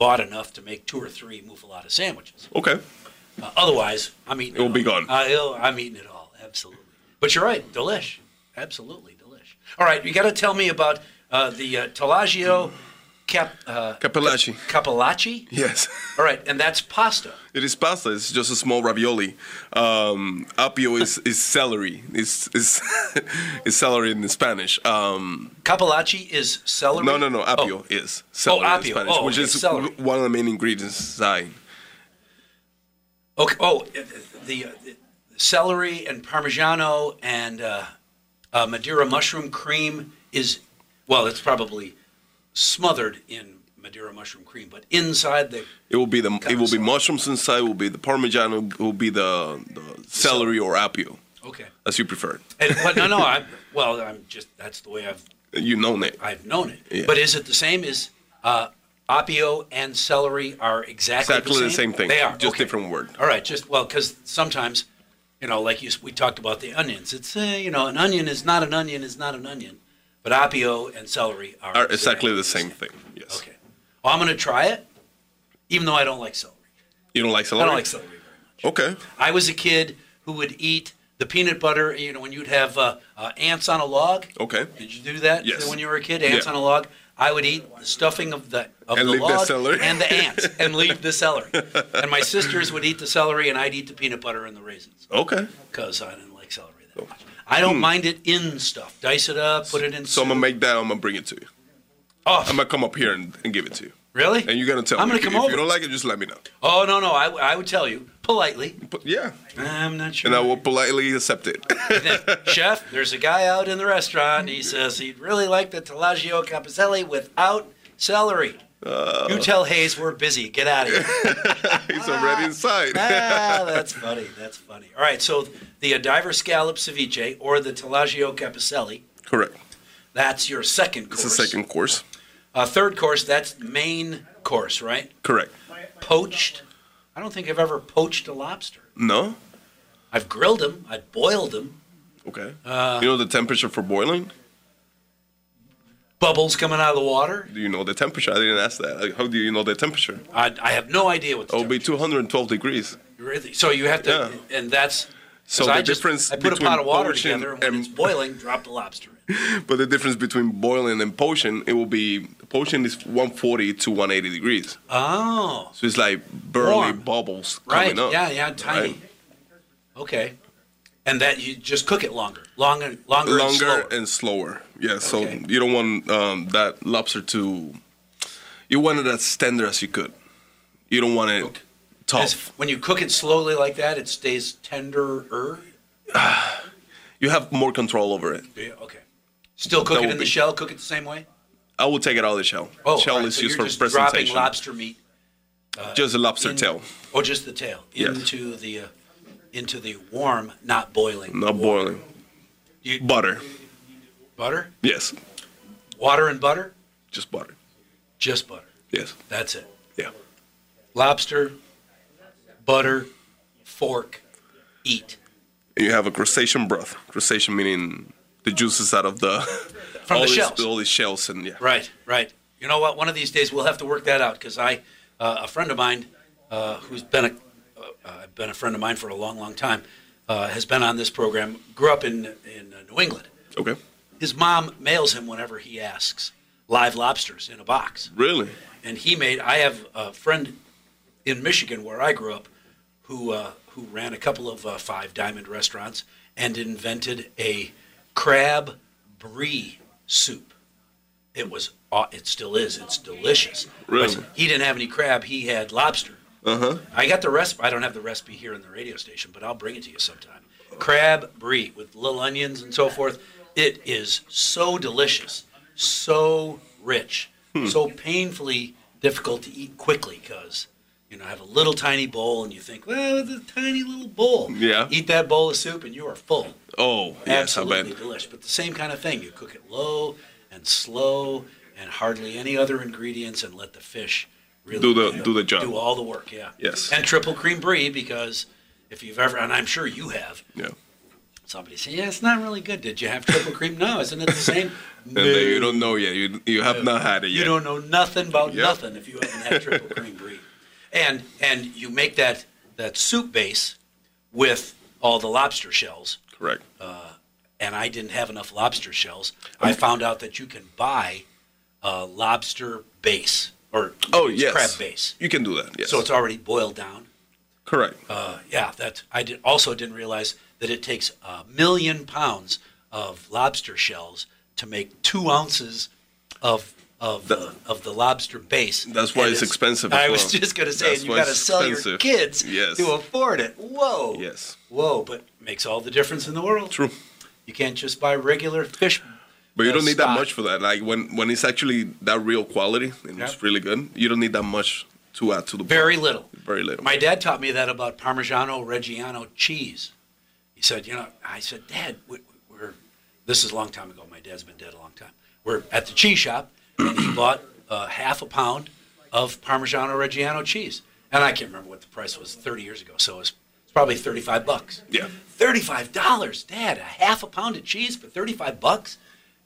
[SPEAKER 1] bought enough to make two or three muffalata sandwiches.
[SPEAKER 2] Okay.
[SPEAKER 1] Uh, otherwise, I'm eating.
[SPEAKER 2] It will
[SPEAKER 1] all.
[SPEAKER 2] be gone.
[SPEAKER 1] Uh, it'll- I'm eating it all, absolutely. But you're right, delish, absolutely delish. All right, you got to tell me about uh, the uh, Tellagio cap, uh,
[SPEAKER 2] Capellacci.
[SPEAKER 1] capellacci.
[SPEAKER 2] Yes.
[SPEAKER 1] All right, and that's pasta.
[SPEAKER 2] It is pasta. It's just a small ravioli. Um, apio is, is celery. It's, it's, it's celery in Spanish. Um,
[SPEAKER 1] Capellacci is celery.
[SPEAKER 2] no, no, no.
[SPEAKER 1] Oh,
[SPEAKER 2] Apio is celery in
[SPEAKER 1] apio.
[SPEAKER 2] Spanish,
[SPEAKER 1] Oh,
[SPEAKER 2] which
[SPEAKER 1] okay,
[SPEAKER 2] is
[SPEAKER 1] celery.
[SPEAKER 2] one of the main ingredients. Right.
[SPEAKER 1] Okay. Oh, uh, the, uh, the celery and Parmigiano and uh, uh, Madeira mushroom cream is, well, it's probably smothered in Madeira mushroom cream, but inside the
[SPEAKER 2] It will be the it will be
[SPEAKER 1] Capistrano.
[SPEAKER 2] mushrooms inside. It will be the parmigiano. It will be the, the celery or apio,
[SPEAKER 1] okay.
[SPEAKER 2] as you prefer.
[SPEAKER 1] And, but no, no. I, well, I'm just that's the way I've
[SPEAKER 2] You know it.
[SPEAKER 1] I've known it.
[SPEAKER 2] Yeah.
[SPEAKER 1] But is it the same as uh, Oppio and celery are exactly,
[SPEAKER 2] Exactly the same thing.
[SPEAKER 1] They are
[SPEAKER 2] Just
[SPEAKER 1] okay.
[SPEAKER 2] different word.
[SPEAKER 1] All right, just well, because sometimes, you know, like you, s- we talked about the onions. It's uh, you know, an onion is not an onion is not an onion, but Oppio and celery are,
[SPEAKER 2] Are exactly the same thing. Yes.
[SPEAKER 1] Okay, well, I'm gonna try it, even though I don't like celery.
[SPEAKER 2] You don't like celery?
[SPEAKER 1] I don't like celery. very much.
[SPEAKER 2] Okay.
[SPEAKER 1] I was a kid who would eat the peanut butter. You know, when you'd have uh, uh, ants on a log.
[SPEAKER 2] Okay.
[SPEAKER 1] Did you do that
[SPEAKER 2] Yes.
[SPEAKER 1] when you were a kid? Ants
[SPEAKER 2] Yeah.
[SPEAKER 1] on a log. I would eat the stuffing of the of
[SPEAKER 2] And
[SPEAKER 1] the
[SPEAKER 2] leave the
[SPEAKER 1] log
[SPEAKER 2] celery.
[SPEAKER 1] and the ants, and leave the celery. And my sisters would eat the celery, and I'd eat the peanut butter and the raisins
[SPEAKER 2] Okay.
[SPEAKER 1] because I didn't like celery that much. I don't mind it in stuff. Dice it up, put it in.
[SPEAKER 2] Hmm. So I'm gonna make that. I'm gonna bring it to you.
[SPEAKER 1] Oh.
[SPEAKER 2] I'm gonna come up here and, and give it to you.
[SPEAKER 1] really?
[SPEAKER 2] And you're gonna tell
[SPEAKER 1] I'm
[SPEAKER 2] me
[SPEAKER 1] gonna
[SPEAKER 2] if,
[SPEAKER 1] come
[SPEAKER 2] if
[SPEAKER 1] over.
[SPEAKER 2] you don't like it. Just let me know.
[SPEAKER 1] oh no no! I, I would tell you politely.
[SPEAKER 2] But yeah,
[SPEAKER 1] I'm not sure.
[SPEAKER 2] and I will politely accept it.
[SPEAKER 1] Chef, there's a guy out in the restaurant. He says he'd really like the Tellagio Capicelli without celery. you
[SPEAKER 2] Uh.
[SPEAKER 1] tell Hayes we're busy. Get out of here.
[SPEAKER 2] He's already inside.
[SPEAKER 1] ah, that's funny. That's funny. All right, so the Diver Scallop Ceviche or the Tellagio Capicelli,
[SPEAKER 2] Correct.
[SPEAKER 1] that's your second
[SPEAKER 2] It's
[SPEAKER 1] course.
[SPEAKER 2] the second course.
[SPEAKER 1] Uh, third course, that's the main course, right?
[SPEAKER 2] Correct.
[SPEAKER 1] Poached. I don't think I've ever poached a lobster.
[SPEAKER 2] No.
[SPEAKER 1] I've grilled them. I've boiled them.
[SPEAKER 2] Okay.
[SPEAKER 1] Ah.
[SPEAKER 2] you know the temperature for boiling?
[SPEAKER 1] Bubbles coming out of the water.
[SPEAKER 2] Do you know the temperature? I didn't ask that. Like, How do you know the temperature?
[SPEAKER 1] I, I have no idea what the
[SPEAKER 2] It will be
[SPEAKER 1] temperature-
[SPEAKER 2] 212 degrees.
[SPEAKER 1] Really? So you have to, and that's.
[SPEAKER 2] So
[SPEAKER 1] 'cause
[SPEAKER 2] the
[SPEAKER 1] I just-
[SPEAKER 2] difference
[SPEAKER 1] I put a
[SPEAKER 2] between
[SPEAKER 1] pot of water
[SPEAKER 2] poaching
[SPEAKER 1] together, and when
[SPEAKER 2] and-
[SPEAKER 1] it's boiling, drop the lobster in.
[SPEAKER 2] But the difference between boiling and poaching, it will be poaching is 140 to 180 degrees.
[SPEAKER 1] Oh,
[SPEAKER 2] So it's like burly
[SPEAKER 1] Warm.
[SPEAKER 2] bubbles
[SPEAKER 1] right.
[SPEAKER 2] coming up.
[SPEAKER 1] Yeah, yeah, tiny.
[SPEAKER 2] right?
[SPEAKER 1] Okay. And that you just cook it longer, longer, longer, and
[SPEAKER 2] longer
[SPEAKER 1] slower.
[SPEAKER 2] and slower. Yeah, so
[SPEAKER 1] Okay.
[SPEAKER 2] you don't want um, that lobster to. You want it as tender as you could. You don't want it
[SPEAKER 1] Okay. As-
[SPEAKER 2] tough.
[SPEAKER 1] when you cook it slowly like that, it stays tenderer.
[SPEAKER 2] You have more control over it.
[SPEAKER 1] Yeah, okay. Still cook
[SPEAKER 2] That
[SPEAKER 1] it
[SPEAKER 2] will
[SPEAKER 1] in the
[SPEAKER 2] be-
[SPEAKER 1] shell. Cook it the same way.
[SPEAKER 2] I will take it out of the shell.
[SPEAKER 1] Oh,
[SPEAKER 2] shell
[SPEAKER 1] all right,
[SPEAKER 2] is
[SPEAKER 1] so
[SPEAKER 2] used
[SPEAKER 1] you're
[SPEAKER 2] for
[SPEAKER 1] just Dropping
[SPEAKER 2] presentation.
[SPEAKER 1] lobster meat
[SPEAKER 2] just a lobster
[SPEAKER 1] in-
[SPEAKER 2] tail,
[SPEAKER 1] or just the tail
[SPEAKER 2] Yes.
[SPEAKER 1] into the uh, into the warm, not boiling.
[SPEAKER 2] not boiling.
[SPEAKER 1] You-
[SPEAKER 2] Butter.
[SPEAKER 1] butter,
[SPEAKER 2] Yes,
[SPEAKER 1] water, and butter.
[SPEAKER 2] just butter.
[SPEAKER 1] Just butter.
[SPEAKER 2] Yes,
[SPEAKER 1] That's it.
[SPEAKER 2] yeah.
[SPEAKER 1] Lobster, butter, fork, eat.
[SPEAKER 2] And you have a crustacean broth. Crustacean meaning the juices out of the
[SPEAKER 1] From
[SPEAKER 2] all
[SPEAKER 1] the
[SPEAKER 2] these-
[SPEAKER 1] shells.
[SPEAKER 2] all these shells and yeah.
[SPEAKER 1] Right, right. You know what? One of these days we'll have to work that out because I, uh, a friend of mine, uh, who's been a, uh, uh, been a friend of mine for a long, long time, uh, has been on this program. Grew up in in uh, New England.
[SPEAKER 2] Okay.
[SPEAKER 1] His mom mails him whenever he asks live lobsters in a box.
[SPEAKER 2] Really?
[SPEAKER 1] and he made. I have a friend in Michigan where I grew up who uh, who ran a couple of uh, five diamond restaurants and invented a crab brie soup. It was aw- it still is. It's delicious.
[SPEAKER 2] Really?
[SPEAKER 1] But he didn't have any crab. He had lobster. Uh huh. I got the recipe. I don't have the recipe here in the radio station, but I'll bring it to you sometime. Crab brie with little onions and so forth. It is so delicious, so rich,
[SPEAKER 2] Hmm.
[SPEAKER 1] so painfully difficult to eat quickly because you know I have a little tiny bowl and you think, well, it's a tiny little bowl.
[SPEAKER 2] Yeah.
[SPEAKER 1] Eat that bowl of soup and you are full.
[SPEAKER 2] Oh, yes, I
[SPEAKER 1] Absolutely
[SPEAKER 2] bet.
[SPEAKER 1] delicious. But the same kind of thing. You cook it low and slow and hardly any other ingredients and let the fish really
[SPEAKER 2] Do the- do the job.
[SPEAKER 1] Do all the work, yeah.
[SPEAKER 2] Yes.
[SPEAKER 1] And triple cream brie because if you've ever and I'm sure you have,
[SPEAKER 2] Yeah.
[SPEAKER 1] somebody say, Yeah, it's not really good. Did you have triple cream? No, isn't it the same?
[SPEAKER 2] And then you don't know yet. You, you have not had it yet.
[SPEAKER 1] You don't know nothing about
[SPEAKER 2] Yep.
[SPEAKER 1] nothing if you haven't had triple cream brie. And and you make that that soup base with all the lobster shells
[SPEAKER 2] Correct.
[SPEAKER 1] and I didn't have enough lobster shells, I found out that you can buy a lobster base or
[SPEAKER 2] oh yes.
[SPEAKER 1] crab base.
[SPEAKER 2] You can do that. Yes.
[SPEAKER 1] So it's already boiled down.
[SPEAKER 2] correct.
[SPEAKER 1] Uh, yeah, that I did, also didn't realize that it takes a million pounds of lobster shells to make two ounces of of the, of the lobster base.
[SPEAKER 2] That's why
[SPEAKER 1] And
[SPEAKER 2] it's expensive as
[SPEAKER 1] I was
[SPEAKER 2] well.
[SPEAKER 1] just going to say,
[SPEAKER 2] That's
[SPEAKER 1] and you
[SPEAKER 2] why
[SPEAKER 1] got to
[SPEAKER 2] it's
[SPEAKER 1] sell your
[SPEAKER 2] expensive.
[SPEAKER 1] kids
[SPEAKER 2] Yes.
[SPEAKER 1] to afford it. Whoa.
[SPEAKER 2] Yes.
[SPEAKER 1] Whoa, but makes all the difference in the world.
[SPEAKER 2] True.
[SPEAKER 1] You can't just buy regular fish.
[SPEAKER 2] But you
[SPEAKER 1] uh,
[SPEAKER 2] don't need that
[SPEAKER 1] stock.
[SPEAKER 2] much for that. Like when when it's actually that real quality and
[SPEAKER 1] Yep.
[SPEAKER 2] it's really good, you don't need that much to add to the
[SPEAKER 1] Very little.
[SPEAKER 2] Very little.
[SPEAKER 1] My dad taught me that about Parmigiano Reggiano cheese. He said, you know, I said, Dad, we, we're, this is a long time ago. My dad's been dead a long time. We're at the cheese shop, and he bought uh, half a pound of Parmigiano Reggiano cheese. And I can't remember what the price was 30 years ago, so it's it's probably 35 bucks.
[SPEAKER 2] Yeah.
[SPEAKER 1] $35, Dad, a half a pound of cheese for 35 bucks?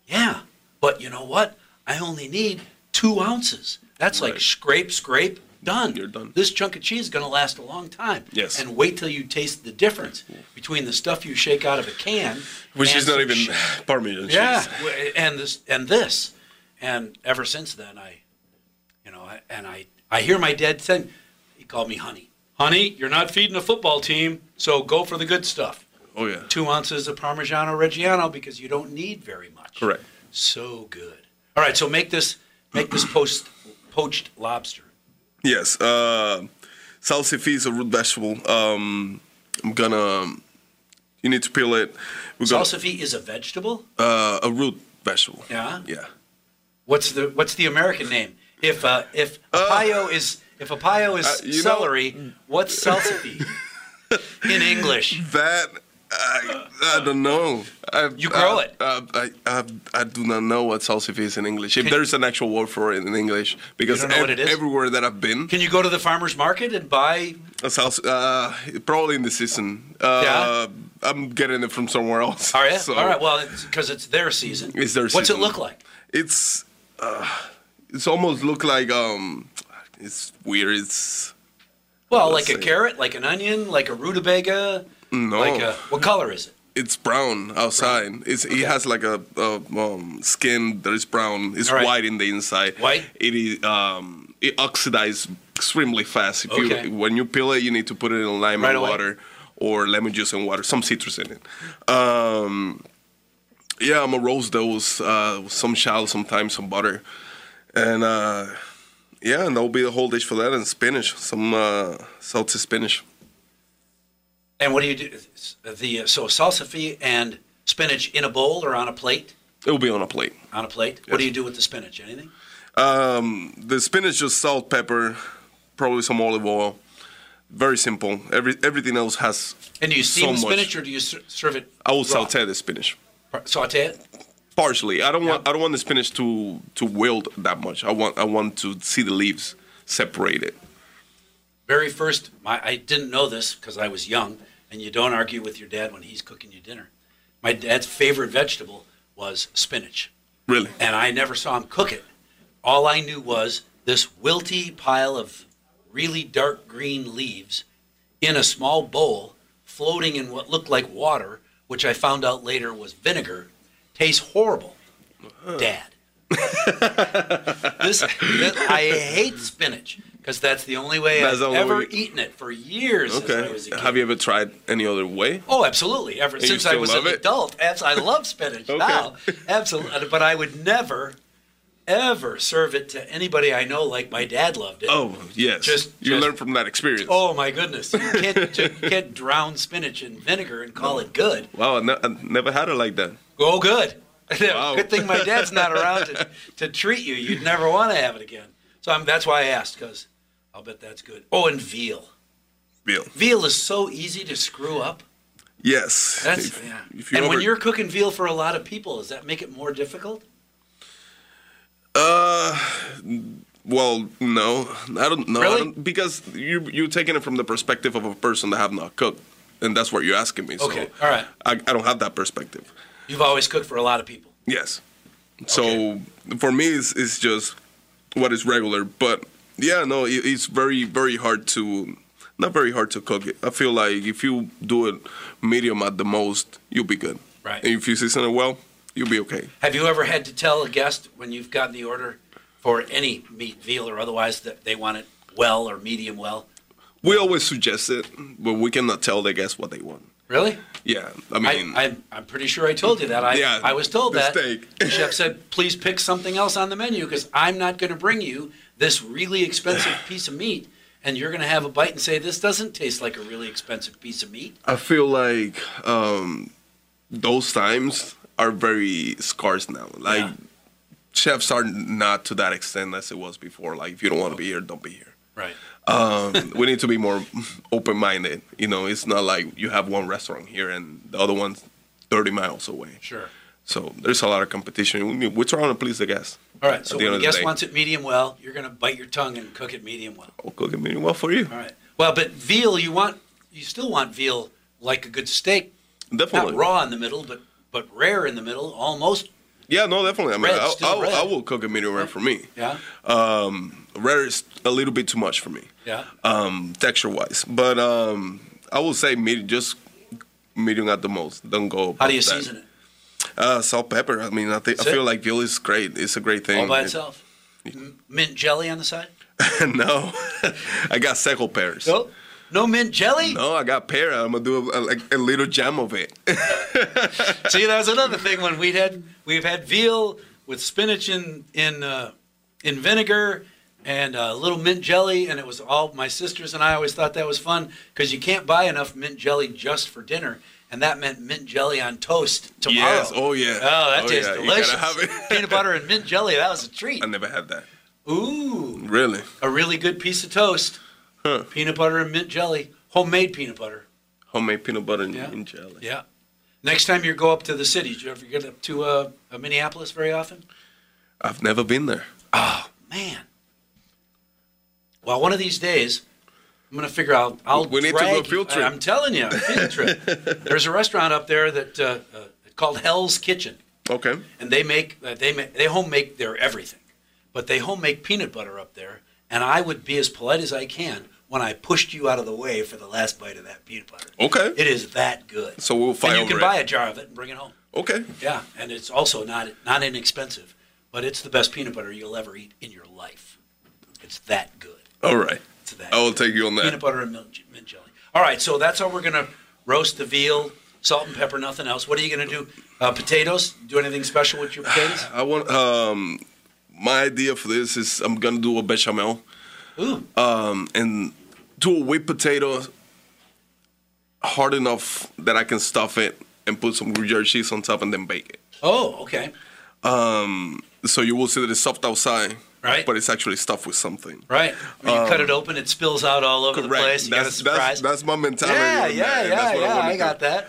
[SPEAKER 1] Yeah, but you know what? I only need two ounces. That's like
[SPEAKER 2] Right.
[SPEAKER 1] scrape, scrape, done.
[SPEAKER 2] You're done.
[SPEAKER 1] This chunk of cheese is going to last a long time.
[SPEAKER 2] Yes.
[SPEAKER 1] And wait till you taste the difference between the stuff you shake out of a can,
[SPEAKER 2] Which
[SPEAKER 1] and
[SPEAKER 2] is not
[SPEAKER 1] some
[SPEAKER 2] even
[SPEAKER 1] sh-
[SPEAKER 2] Parmesan cheese.
[SPEAKER 1] yeah, w- and this and this, and ever since then, I, you know, I, and I, I hear my dad saying, he called me honey. Honey, you're not feeding a football team, so go for the good stuff.
[SPEAKER 2] Oh yeah.
[SPEAKER 1] Two ounces of Parmigiano Reggiano because you don't need very much.
[SPEAKER 2] Correct.
[SPEAKER 1] So good. All right, so make this make this post poached lobster.
[SPEAKER 2] Yes. Uh, salsify is a root vegetable. Um, I'm gonna. You need to peel it. We're gonna,
[SPEAKER 1] Salsify is a vegetable.
[SPEAKER 2] uh, a root vegetable.
[SPEAKER 1] Yeah?
[SPEAKER 2] Yeah.
[SPEAKER 1] What's the what's the American name? If uh, if payo is if a payo is
[SPEAKER 2] Uh, you know-
[SPEAKER 1] celery, what's salsify in English?
[SPEAKER 2] That I, I don't know. I,
[SPEAKER 1] You grow
[SPEAKER 2] I-
[SPEAKER 1] it.
[SPEAKER 2] I, I, I, I do not know what salsify is in English. If
[SPEAKER 1] Can-
[SPEAKER 2] there's an actual word for it in English, because
[SPEAKER 1] don't know what
[SPEAKER 2] ev-
[SPEAKER 1] it is?
[SPEAKER 2] everywhere that I've been,
[SPEAKER 1] Can you go to the farmer's market and buy?
[SPEAKER 2] a salsa, uh, probably in the season. Uh,
[SPEAKER 1] Yeah?
[SPEAKER 2] I'm getting it from somewhere else.
[SPEAKER 1] All right,
[SPEAKER 2] So
[SPEAKER 1] all right. Well, because it's, their season.
[SPEAKER 2] It's their
[SPEAKER 1] What's
[SPEAKER 2] season.
[SPEAKER 1] it look like?
[SPEAKER 2] it's uh, it's almost look like um, it's weird. It's
[SPEAKER 1] Well,
[SPEAKER 2] Let's
[SPEAKER 1] like a
[SPEAKER 2] see.
[SPEAKER 1] carrot, like an onion, like a rutabaga,
[SPEAKER 2] no.
[SPEAKER 1] like a what color is it?
[SPEAKER 2] it's brown outside. It's it has like a, a um, skin that is brown. It's
[SPEAKER 1] All right.
[SPEAKER 2] white in the inside.
[SPEAKER 1] White?
[SPEAKER 2] It is um, it oxidizes extremely fast. If
[SPEAKER 1] Okay.
[SPEAKER 2] you when you peel it, you need to put it in lime
[SPEAKER 1] Right
[SPEAKER 2] and
[SPEAKER 1] away.
[SPEAKER 2] water or lemon juice and water, some citrus in it. Um, yeah, I'm a roast those uh, with some shallot, sometimes some butter, and uh, yeah, and that will be the whole dish for that. And spinach, some uh, salted spinach.
[SPEAKER 1] And what do you do? The so salsify and spinach in a bowl or on a plate?
[SPEAKER 2] It will be on a plate.
[SPEAKER 1] On a plate. What do
[SPEAKER 2] Yes.
[SPEAKER 1] you do with the spinach? Anything?
[SPEAKER 2] Um, the spinach just salt, pepper, probably some olive oil. Very simple. Every everything else has.
[SPEAKER 1] And do you
[SPEAKER 2] so
[SPEAKER 1] steam
[SPEAKER 2] much.
[SPEAKER 1] the spinach or do you ser- serve it?
[SPEAKER 2] I will
[SPEAKER 1] raw?
[SPEAKER 2] saute the spinach
[SPEAKER 1] Par- Saute it.
[SPEAKER 2] partially. I don't want I don't want the spinach to to wilt that much. I want I want to see the leaves separated.
[SPEAKER 1] very first my, i didn't know this because i was young and you don't argue with your dad when he's cooking you dinner my dad's favorite vegetable was spinach
[SPEAKER 2] Really.
[SPEAKER 1] and i never saw him cook it all i knew was this wilty pile of really dark green leaves in a small bowl floating in what looked like water which i found out later was vinegar tastes horrible
[SPEAKER 2] Uh-huh.
[SPEAKER 1] dad this, this- I hate spinach because that's the only way
[SPEAKER 2] That's
[SPEAKER 1] I've
[SPEAKER 2] the only
[SPEAKER 1] ever
[SPEAKER 2] way-
[SPEAKER 1] eaten it for years. Since I
[SPEAKER 2] Okay.
[SPEAKER 1] was a kid.
[SPEAKER 2] Have you ever tried any other way?
[SPEAKER 1] Oh, absolutely. Ever
[SPEAKER 2] you
[SPEAKER 1] since I
[SPEAKER 2] still
[SPEAKER 1] was
[SPEAKER 2] love
[SPEAKER 1] an
[SPEAKER 2] it?
[SPEAKER 1] adult, abs- I love spinach
[SPEAKER 2] Okay.
[SPEAKER 1] now. Absolutely, but I would never, ever serve it to anybody I know like my dad loved it.
[SPEAKER 2] Oh yes.
[SPEAKER 1] Just-
[SPEAKER 2] you
[SPEAKER 1] just-
[SPEAKER 2] learn from that experience.
[SPEAKER 1] Oh my goodness! You can't, you can't drown spinach in vinegar and call it good.
[SPEAKER 2] Wow, I, ne- I never had it like that.
[SPEAKER 1] Oh, good.
[SPEAKER 2] Wow.
[SPEAKER 1] good thing my dad's not around to, to treat you. You'd never want to have it again. So I'm, that's why I asked, because I'll bet that's good. Oh, and veal.
[SPEAKER 2] Bill.
[SPEAKER 1] Veal is so easy to screw up.
[SPEAKER 2] Yes.
[SPEAKER 1] That's
[SPEAKER 2] If-
[SPEAKER 1] yeah.
[SPEAKER 2] if you
[SPEAKER 1] and when
[SPEAKER 2] ever-
[SPEAKER 1] you're cooking veal for a lot of people, does that make it more difficult?
[SPEAKER 2] Well, no, I don't know
[SPEAKER 1] Really?
[SPEAKER 2] I don't, because you you're taking it from the perspective of a person that have not cooked, and that's what you're asking me. So
[SPEAKER 1] Okay, all right.
[SPEAKER 2] I, I don't have that perspective.
[SPEAKER 1] You've always cooked for a lot of people.
[SPEAKER 2] Yes. So for me, it's, it's just what is regular, but yeah, no, it, it's very very hard to not very hard to cook it. I feel like if you do it medium at the most, you'll be good.
[SPEAKER 1] Right.
[SPEAKER 2] And if you season it well, you'll be okay.
[SPEAKER 1] Have you ever had to tell a guest when you've gotten the order for any meat, veal or otherwise, that they want it well or medium well?
[SPEAKER 2] We always suggest it, but we cannot tell the guests what they want.
[SPEAKER 1] Really?
[SPEAKER 2] Yeah, I
[SPEAKER 1] I,
[SPEAKER 2] mean.
[SPEAKER 1] I, I'm pretty sure I told you that. I,
[SPEAKER 2] Yeah,
[SPEAKER 1] I was told
[SPEAKER 2] mistake.
[SPEAKER 1] that. The chef said, please pick something else on the menu because I'm not going to bring you this really expensive piece of meat. And you're going to have a bite and say, this doesn't taste like a really expensive piece of meat.
[SPEAKER 2] I feel like um, those times are very scarce now. Like
[SPEAKER 1] Yeah.
[SPEAKER 2] chefs are not to that extent as it was before. Like if you don't want to be here, don't be here.
[SPEAKER 1] Right.
[SPEAKER 2] Um, we need to be more open-minded. You know, it's not like you have one restaurant here and the other one's 30 miles away.
[SPEAKER 1] Sure.
[SPEAKER 2] So there's a lot of competition. We- We're trying to please the guests.
[SPEAKER 1] All right, so
[SPEAKER 2] At
[SPEAKER 1] when
[SPEAKER 2] the end
[SPEAKER 1] the
[SPEAKER 2] of the
[SPEAKER 1] guest
[SPEAKER 2] day.
[SPEAKER 1] wants it medium well, you're going to bite your tongue and cook it medium well.
[SPEAKER 2] I'll cook it really well for you.
[SPEAKER 1] All right. Well, but veal, you want you still want veal like a good steak,
[SPEAKER 2] Definitely.
[SPEAKER 1] not raw in the middle, but but rare in the middle, almost.
[SPEAKER 2] Yeah, no, definitely. I mean,
[SPEAKER 1] Red,
[SPEAKER 2] I,
[SPEAKER 1] still red.
[SPEAKER 2] I, I will cook a medium rare for me.
[SPEAKER 1] Yeah.
[SPEAKER 2] Um, rare is a little bit too much for me.
[SPEAKER 1] Yeah.
[SPEAKER 2] um, texture wise. But um, I would say medium, just medium at the most. Don't go.
[SPEAKER 1] How do you season it?
[SPEAKER 2] Uh, salt, pepper. I mean, I think I
[SPEAKER 1] That's it?
[SPEAKER 2] feel like veal is great. It's a great thing.
[SPEAKER 1] All by itself. M- mint jelly on the side?
[SPEAKER 2] no, I got second pears.
[SPEAKER 1] No. No mint jelly?
[SPEAKER 2] No, I got pear. I'm gonna do a, like a little jam of it.
[SPEAKER 1] See, that was another thing when we'd had we've had veal with spinach in in uh, in vinegar and uh, a little mint jelly, and it was all my sisters and I always thought that was fun because you can't buy enough mint jelly just for dinner, and that meant mint jelly on toast tomorrow.
[SPEAKER 2] Yes. Oh, yeah.
[SPEAKER 1] Oh, that
[SPEAKER 2] Oh,
[SPEAKER 1] tastes
[SPEAKER 2] yeah. You gotta
[SPEAKER 1] delicious.
[SPEAKER 2] have it.
[SPEAKER 1] Peanut butter and mint jelly. That was a treat.
[SPEAKER 2] I never had that.
[SPEAKER 1] Ooh,
[SPEAKER 2] Really?
[SPEAKER 1] a really good piece of toast.
[SPEAKER 2] Huh.
[SPEAKER 1] Peanut butter and mint jelly. Homemade peanut butter.
[SPEAKER 2] Homemade peanut butter and,
[SPEAKER 1] Yeah.
[SPEAKER 2] and jelly.
[SPEAKER 1] Yeah. Next time you go up to the city, do you ever get up to uh, uh, Minneapolis very often?
[SPEAKER 2] I've never been there.
[SPEAKER 1] Man. Well, one of these days, I'm going to figure out. I'll
[SPEAKER 2] We need to do a
[SPEAKER 1] drag
[SPEAKER 2] field
[SPEAKER 1] you-
[SPEAKER 2] trip.
[SPEAKER 1] I, am telling you, a field trip. There's a restaurant up there that uh, uh, called Hell's Kitchen,
[SPEAKER 2] Okay.
[SPEAKER 1] and they make uh, they make, they home make their everything, but they home make peanut butter up there. And I would be as polite as I can when I pushed you out of the way for the last bite of that peanut butter.
[SPEAKER 2] Okay.
[SPEAKER 1] It is that good.
[SPEAKER 2] So we'll fight
[SPEAKER 1] And you
[SPEAKER 2] over
[SPEAKER 1] can
[SPEAKER 2] it.
[SPEAKER 1] buy a jar of it and bring it home.
[SPEAKER 2] Okay.
[SPEAKER 1] Yeah, and it's also not not inexpensive, but it's the best peanut butter you'll ever eat in your life. It's that good.
[SPEAKER 2] All right.
[SPEAKER 1] It's that.
[SPEAKER 2] I will
[SPEAKER 1] good.
[SPEAKER 2] take you on that.
[SPEAKER 1] Peanut butter and milk, j- mint jelly. All right, so that's how we're gonna roast the veal, salt and pepper, nothing else. What are you gonna do? Uh, potatoes? Do anything special with your potatoes?
[SPEAKER 2] I want. Um, my idea for this is I'm gonna do a bechamel.
[SPEAKER 1] Ooh,
[SPEAKER 2] and do a whipped potato hard enough that I can stuff it and put some Gruyere cheese on top and then bake it. Um,
[SPEAKER 1] oh, okay,
[SPEAKER 2] So you will see that it's soft outside,
[SPEAKER 1] Right.
[SPEAKER 2] But it's actually stuffed with something.
[SPEAKER 1] right. When you cut it open, it spills out all over the place. You got a
[SPEAKER 2] Um, That's,
[SPEAKER 1] surprise.
[SPEAKER 2] that's, that's my mentality.
[SPEAKER 1] yeah,
[SPEAKER 2] on
[SPEAKER 1] yeah,
[SPEAKER 2] that, and
[SPEAKER 1] yeah,
[SPEAKER 2] that's what
[SPEAKER 1] yeah.
[SPEAKER 2] wanna
[SPEAKER 1] I,
[SPEAKER 2] do.
[SPEAKER 1] got that.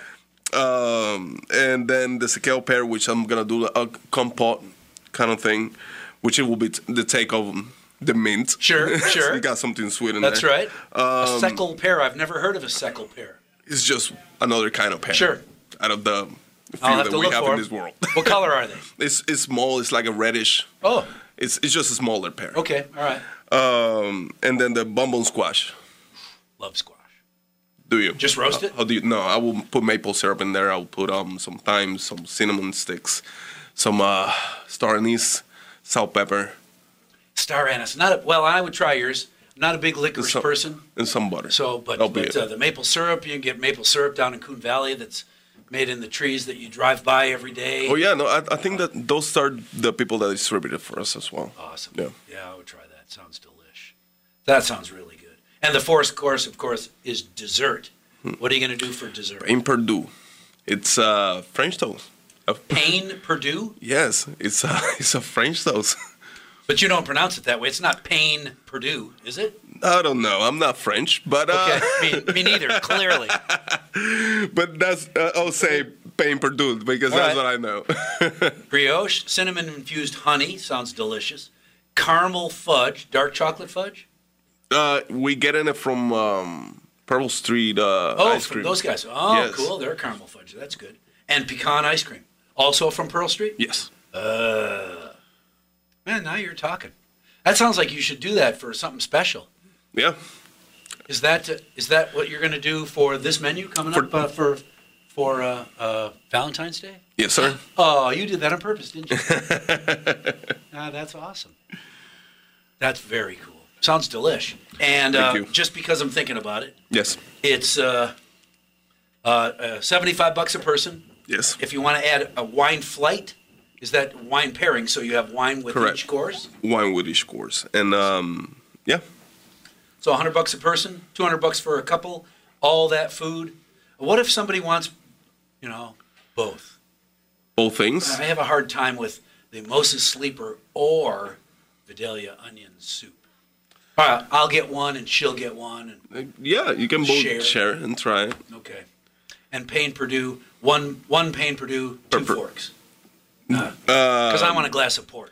[SPEAKER 2] Um, and then the scale pair, which I'm gonna do a compote kind of thing, which it will be t- the take of um, the mint.
[SPEAKER 1] Sure,
[SPEAKER 2] So
[SPEAKER 1] sure.
[SPEAKER 2] you got something sweet in
[SPEAKER 1] That's
[SPEAKER 2] there.
[SPEAKER 1] right.
[SPEAKER 2] Um,
[SPEAKER 1] a seckel pear. I've never heard of a seckel pear.
[SPEAKER 2] It's just another kind of pair.
[SPEAKER 1] Sure.
[SPEAKER 2] Out of the few
[SPEAKER 1] I'll have
[SPEAKER 2] that
[SPEAKER 1] to
[SPEAKER 2] we
[SPEAKER 1] look
[SPEAKER 2] have
[SPEAKER 1] for
[SPEAKER 2] in
[SPEAKER 1] 'em.
[SPEAKER 2] this world.
[SPEAKER 1] What color are they?
[SPEAKER 2] It's it's small. It's like a reddish.
[SPEAKER 1] Oh,
[SPEAKER 2] It's it's just a smaller pear.
[SPEAKER 1] okay, all right.
[SPEAKER 2] Um, and then the bonbon squash.
[SPEAKER 1] Love squash.
[SPEAKER 2] Do you
[SPEAKER 1] Just roast it?
[SPEAKER 2] How do you? No, I will put maple syrup in there. I will put um some thyme, some cinnamon sticks, some uh star anise, salt, pepper,
[SPEAKER 1] Star anise. Not a, well. I would try yours. Not a big licorice
[SPEAKER 2] some,
[SPEAKER 1] person.
[SPEAKER 2] and some butter.
[SPEAKER 1] So, but,
[SPEAKER 2] That'll be
[SPEAKER 1] but
[SPEAKER 2] it.
[SPEAKER 1] uh, the maple syrup, you can get maple syrup down in Coon Valley that's made in the trees that you drive by every day.
[SPEAKER 2] oh yeah, no, I, I think that those are the people that distribute it for us as well.
[SPEAKER 1] Awesome.
[SPEAKER 2] Yeah.
[SPEAKER 1] Yeah, I would try that. Sounds delish. That sounds really good. And the fourth course, of course, is dessert.
[SPEAKER 2] Hmm.
[SPEAKER 1] What are you going to do for dessert?
[SPEAKER 2] In Purdue, it's uh French toast. Uh,
[SPEAKER 1] Pain Purdue,
[SPEAKER 2] yes, it's a, it's a French toast.
[SPEAKER 1] but you don't pronounce it that way. It's not Pain Purdue, is it?
[SPEAKER 2] I don't know. I'm not French, but uh,
[SPEAKER 1] Okay, me, me neither. Clearly,
[SPEAKER 2] But that's uh, I'll say pain per dude because
[SPEAKER 1] All
[SPEAKER 2] that's
[SPEAKER 1] right.
[SPEAKER 2] what I know.
[SPEAKER 1] brioche, cinnamon infused honey sounds delicious. Caramel fudge, dark chocolate fudge.
[SPEAKER 2] Uh, we getting it from um, Purple Street uh,
[SPEAKER 1] Oh,
[SPEAKER 2] ice
[SPEAKER 1] from
[SPEAKER 2] cream.
[SPEAKER 1] those guys. Oh,
[SPEAKER 2] Yes.
[SPEAKER 1] cool. They're caramel fudge. That's good. And pecan ice cream, also from Pearl Street. Uh,
[SPEAKER 2] Yes.
[SPEAKER 1] Man, now you're talking. That sounds like you should do that for something special.
[SPEAKER 2] Yeah.
[SPEAKER 1] Is that uh, is that what you're going to do for this menu coming up
[SPEAKER 2] For-
[SPEAKER 1] uh, for for uh, uh, Valentine's Day?
[SPEAKER 2] Yes, sir.
[SPEAKER 1] Oh, you did that on purpose, didn't you? ah, that's awesome. That's very cool. Sounds delish. And uh,
[SPEAKER 2] Thank you.
[SPEAKER 1] just because I'm thinking about it,
[SPEAKER 2] Yes.
[SPEAKER 1] it's uh, uh, uh, 75 bucks a person.
[SPEAKER 2] Yes.
[SPEAKER 1] If you want to add a wine flight, is that wine pairing? So you have wine with
[SPEAKER 2] Correct.
[SPEAKER 1] each course.
[SPEAKER 2] Wine with each course, and um, yeah,
[SPEAKER 1] So 100 bucks a person, 200 bucks for a couple, all that food. What if somebody wants, you know, both?
[SPEAKER 2] both things.
[SPEAKER 1] I have a hard time with the Moses sleeper or Vidalia onion soup. All right, I'll get one and she'll get one. And,
[SPEAKER 2] Uh, Yeah, you can both
[SPEAKER 1] Share.
[SPEAKER 2] share, and try it
[SPEAKER 1] okay. And Payne Purdue, one one Payne Purdue, two
[SPEAKER 2] Per- per-
[SPEAKER 1] forks.
[SPEAKER 2] Mm, uh,
[SPEAKER 1] Because I want a glass of port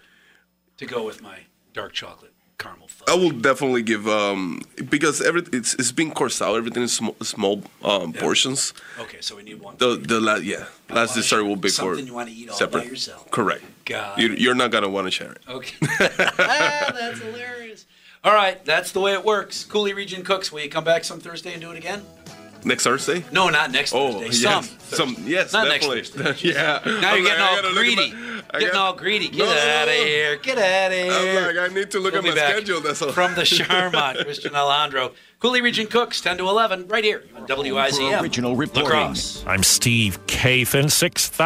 [SPEAKER 1] to go with my dark chocolate caramel fudge.
[SPEAKER 2] I will definitely give um because every it's it's being coursed out. Everything is small, small um, portions.
[SPEAKER 1] Okay, so we need one.
[SPEAKER 2] The the la- yeah last dessert will be for
[SPEAKER 1] Something you wanna eat all by
[SPEAKER 2] separate.
[SPEAKER 1] yourself.
[SPEAKER 2] Correct.
[SPEAKER 1] Got
[SPEAKER 2] You, you're not gonna want to share it.
[SPEAKER 1] Okay. Ah, that's hilarious. All right, that's the way it works. Cooley Region Cooks, will you come back some Thursday and do it again?
[SPEAKER 2] Next Thursday.
[SPEAKER 1] No, not next
[SPEAKER 2] Oh
[SPEAKER 1] Thursday.
[SPEAKER 2] yes,
[SPEAKER 1] Thursday.
[SPEAKER 2] some yes,
[SPEAKER 1] Not next
[SPEAKER 2] definitely.
[SPEAKER 1] Thursday.
[SPEAKER 2] yeah.
[SPEAKER 1] Now
[SPEAKER 2] I was
[SPEAKER 1] you're
[SPEAKER 2] like,
[SPEAKER 1] getting
[SPEAKER 2] I
[SPEAKER 1] all
[SPEAKER 2] gotta look at
[SPEAKER 1] greedy.
[SPEAKER 2] my- I
[SPEAKER 1] getting
[SPEAKER 2] got-
[SPEAKER 1] all greedy. Get
[SPEAKER 2] No, no,
[SPEAKER 1] out of
[SPEAKER 2] no.
[SPEAKER 1] here. Get out of
[SPEAKER 2] I was
[SPEAKER 1] here.
[SPEAKER 2] like, I need to look
[SPEAKER 1] We'll
[SPEAKER 2] at
[SPEAKER 1] be
[SPEAKER 2] my
[SPEAKER 1] back
[SPEAKER 2] schedule. That's all.
[SPEAKER 1] From the Charmont, Christian Alejandro. Cooley Region Cooks, 10 to 11, right here on WIZM.
[SPEAKER 4] original reporting.
[SPEAKER 1] Lacrosse.
[SPEAKER 5] I'm Steve Kathan, 6,000.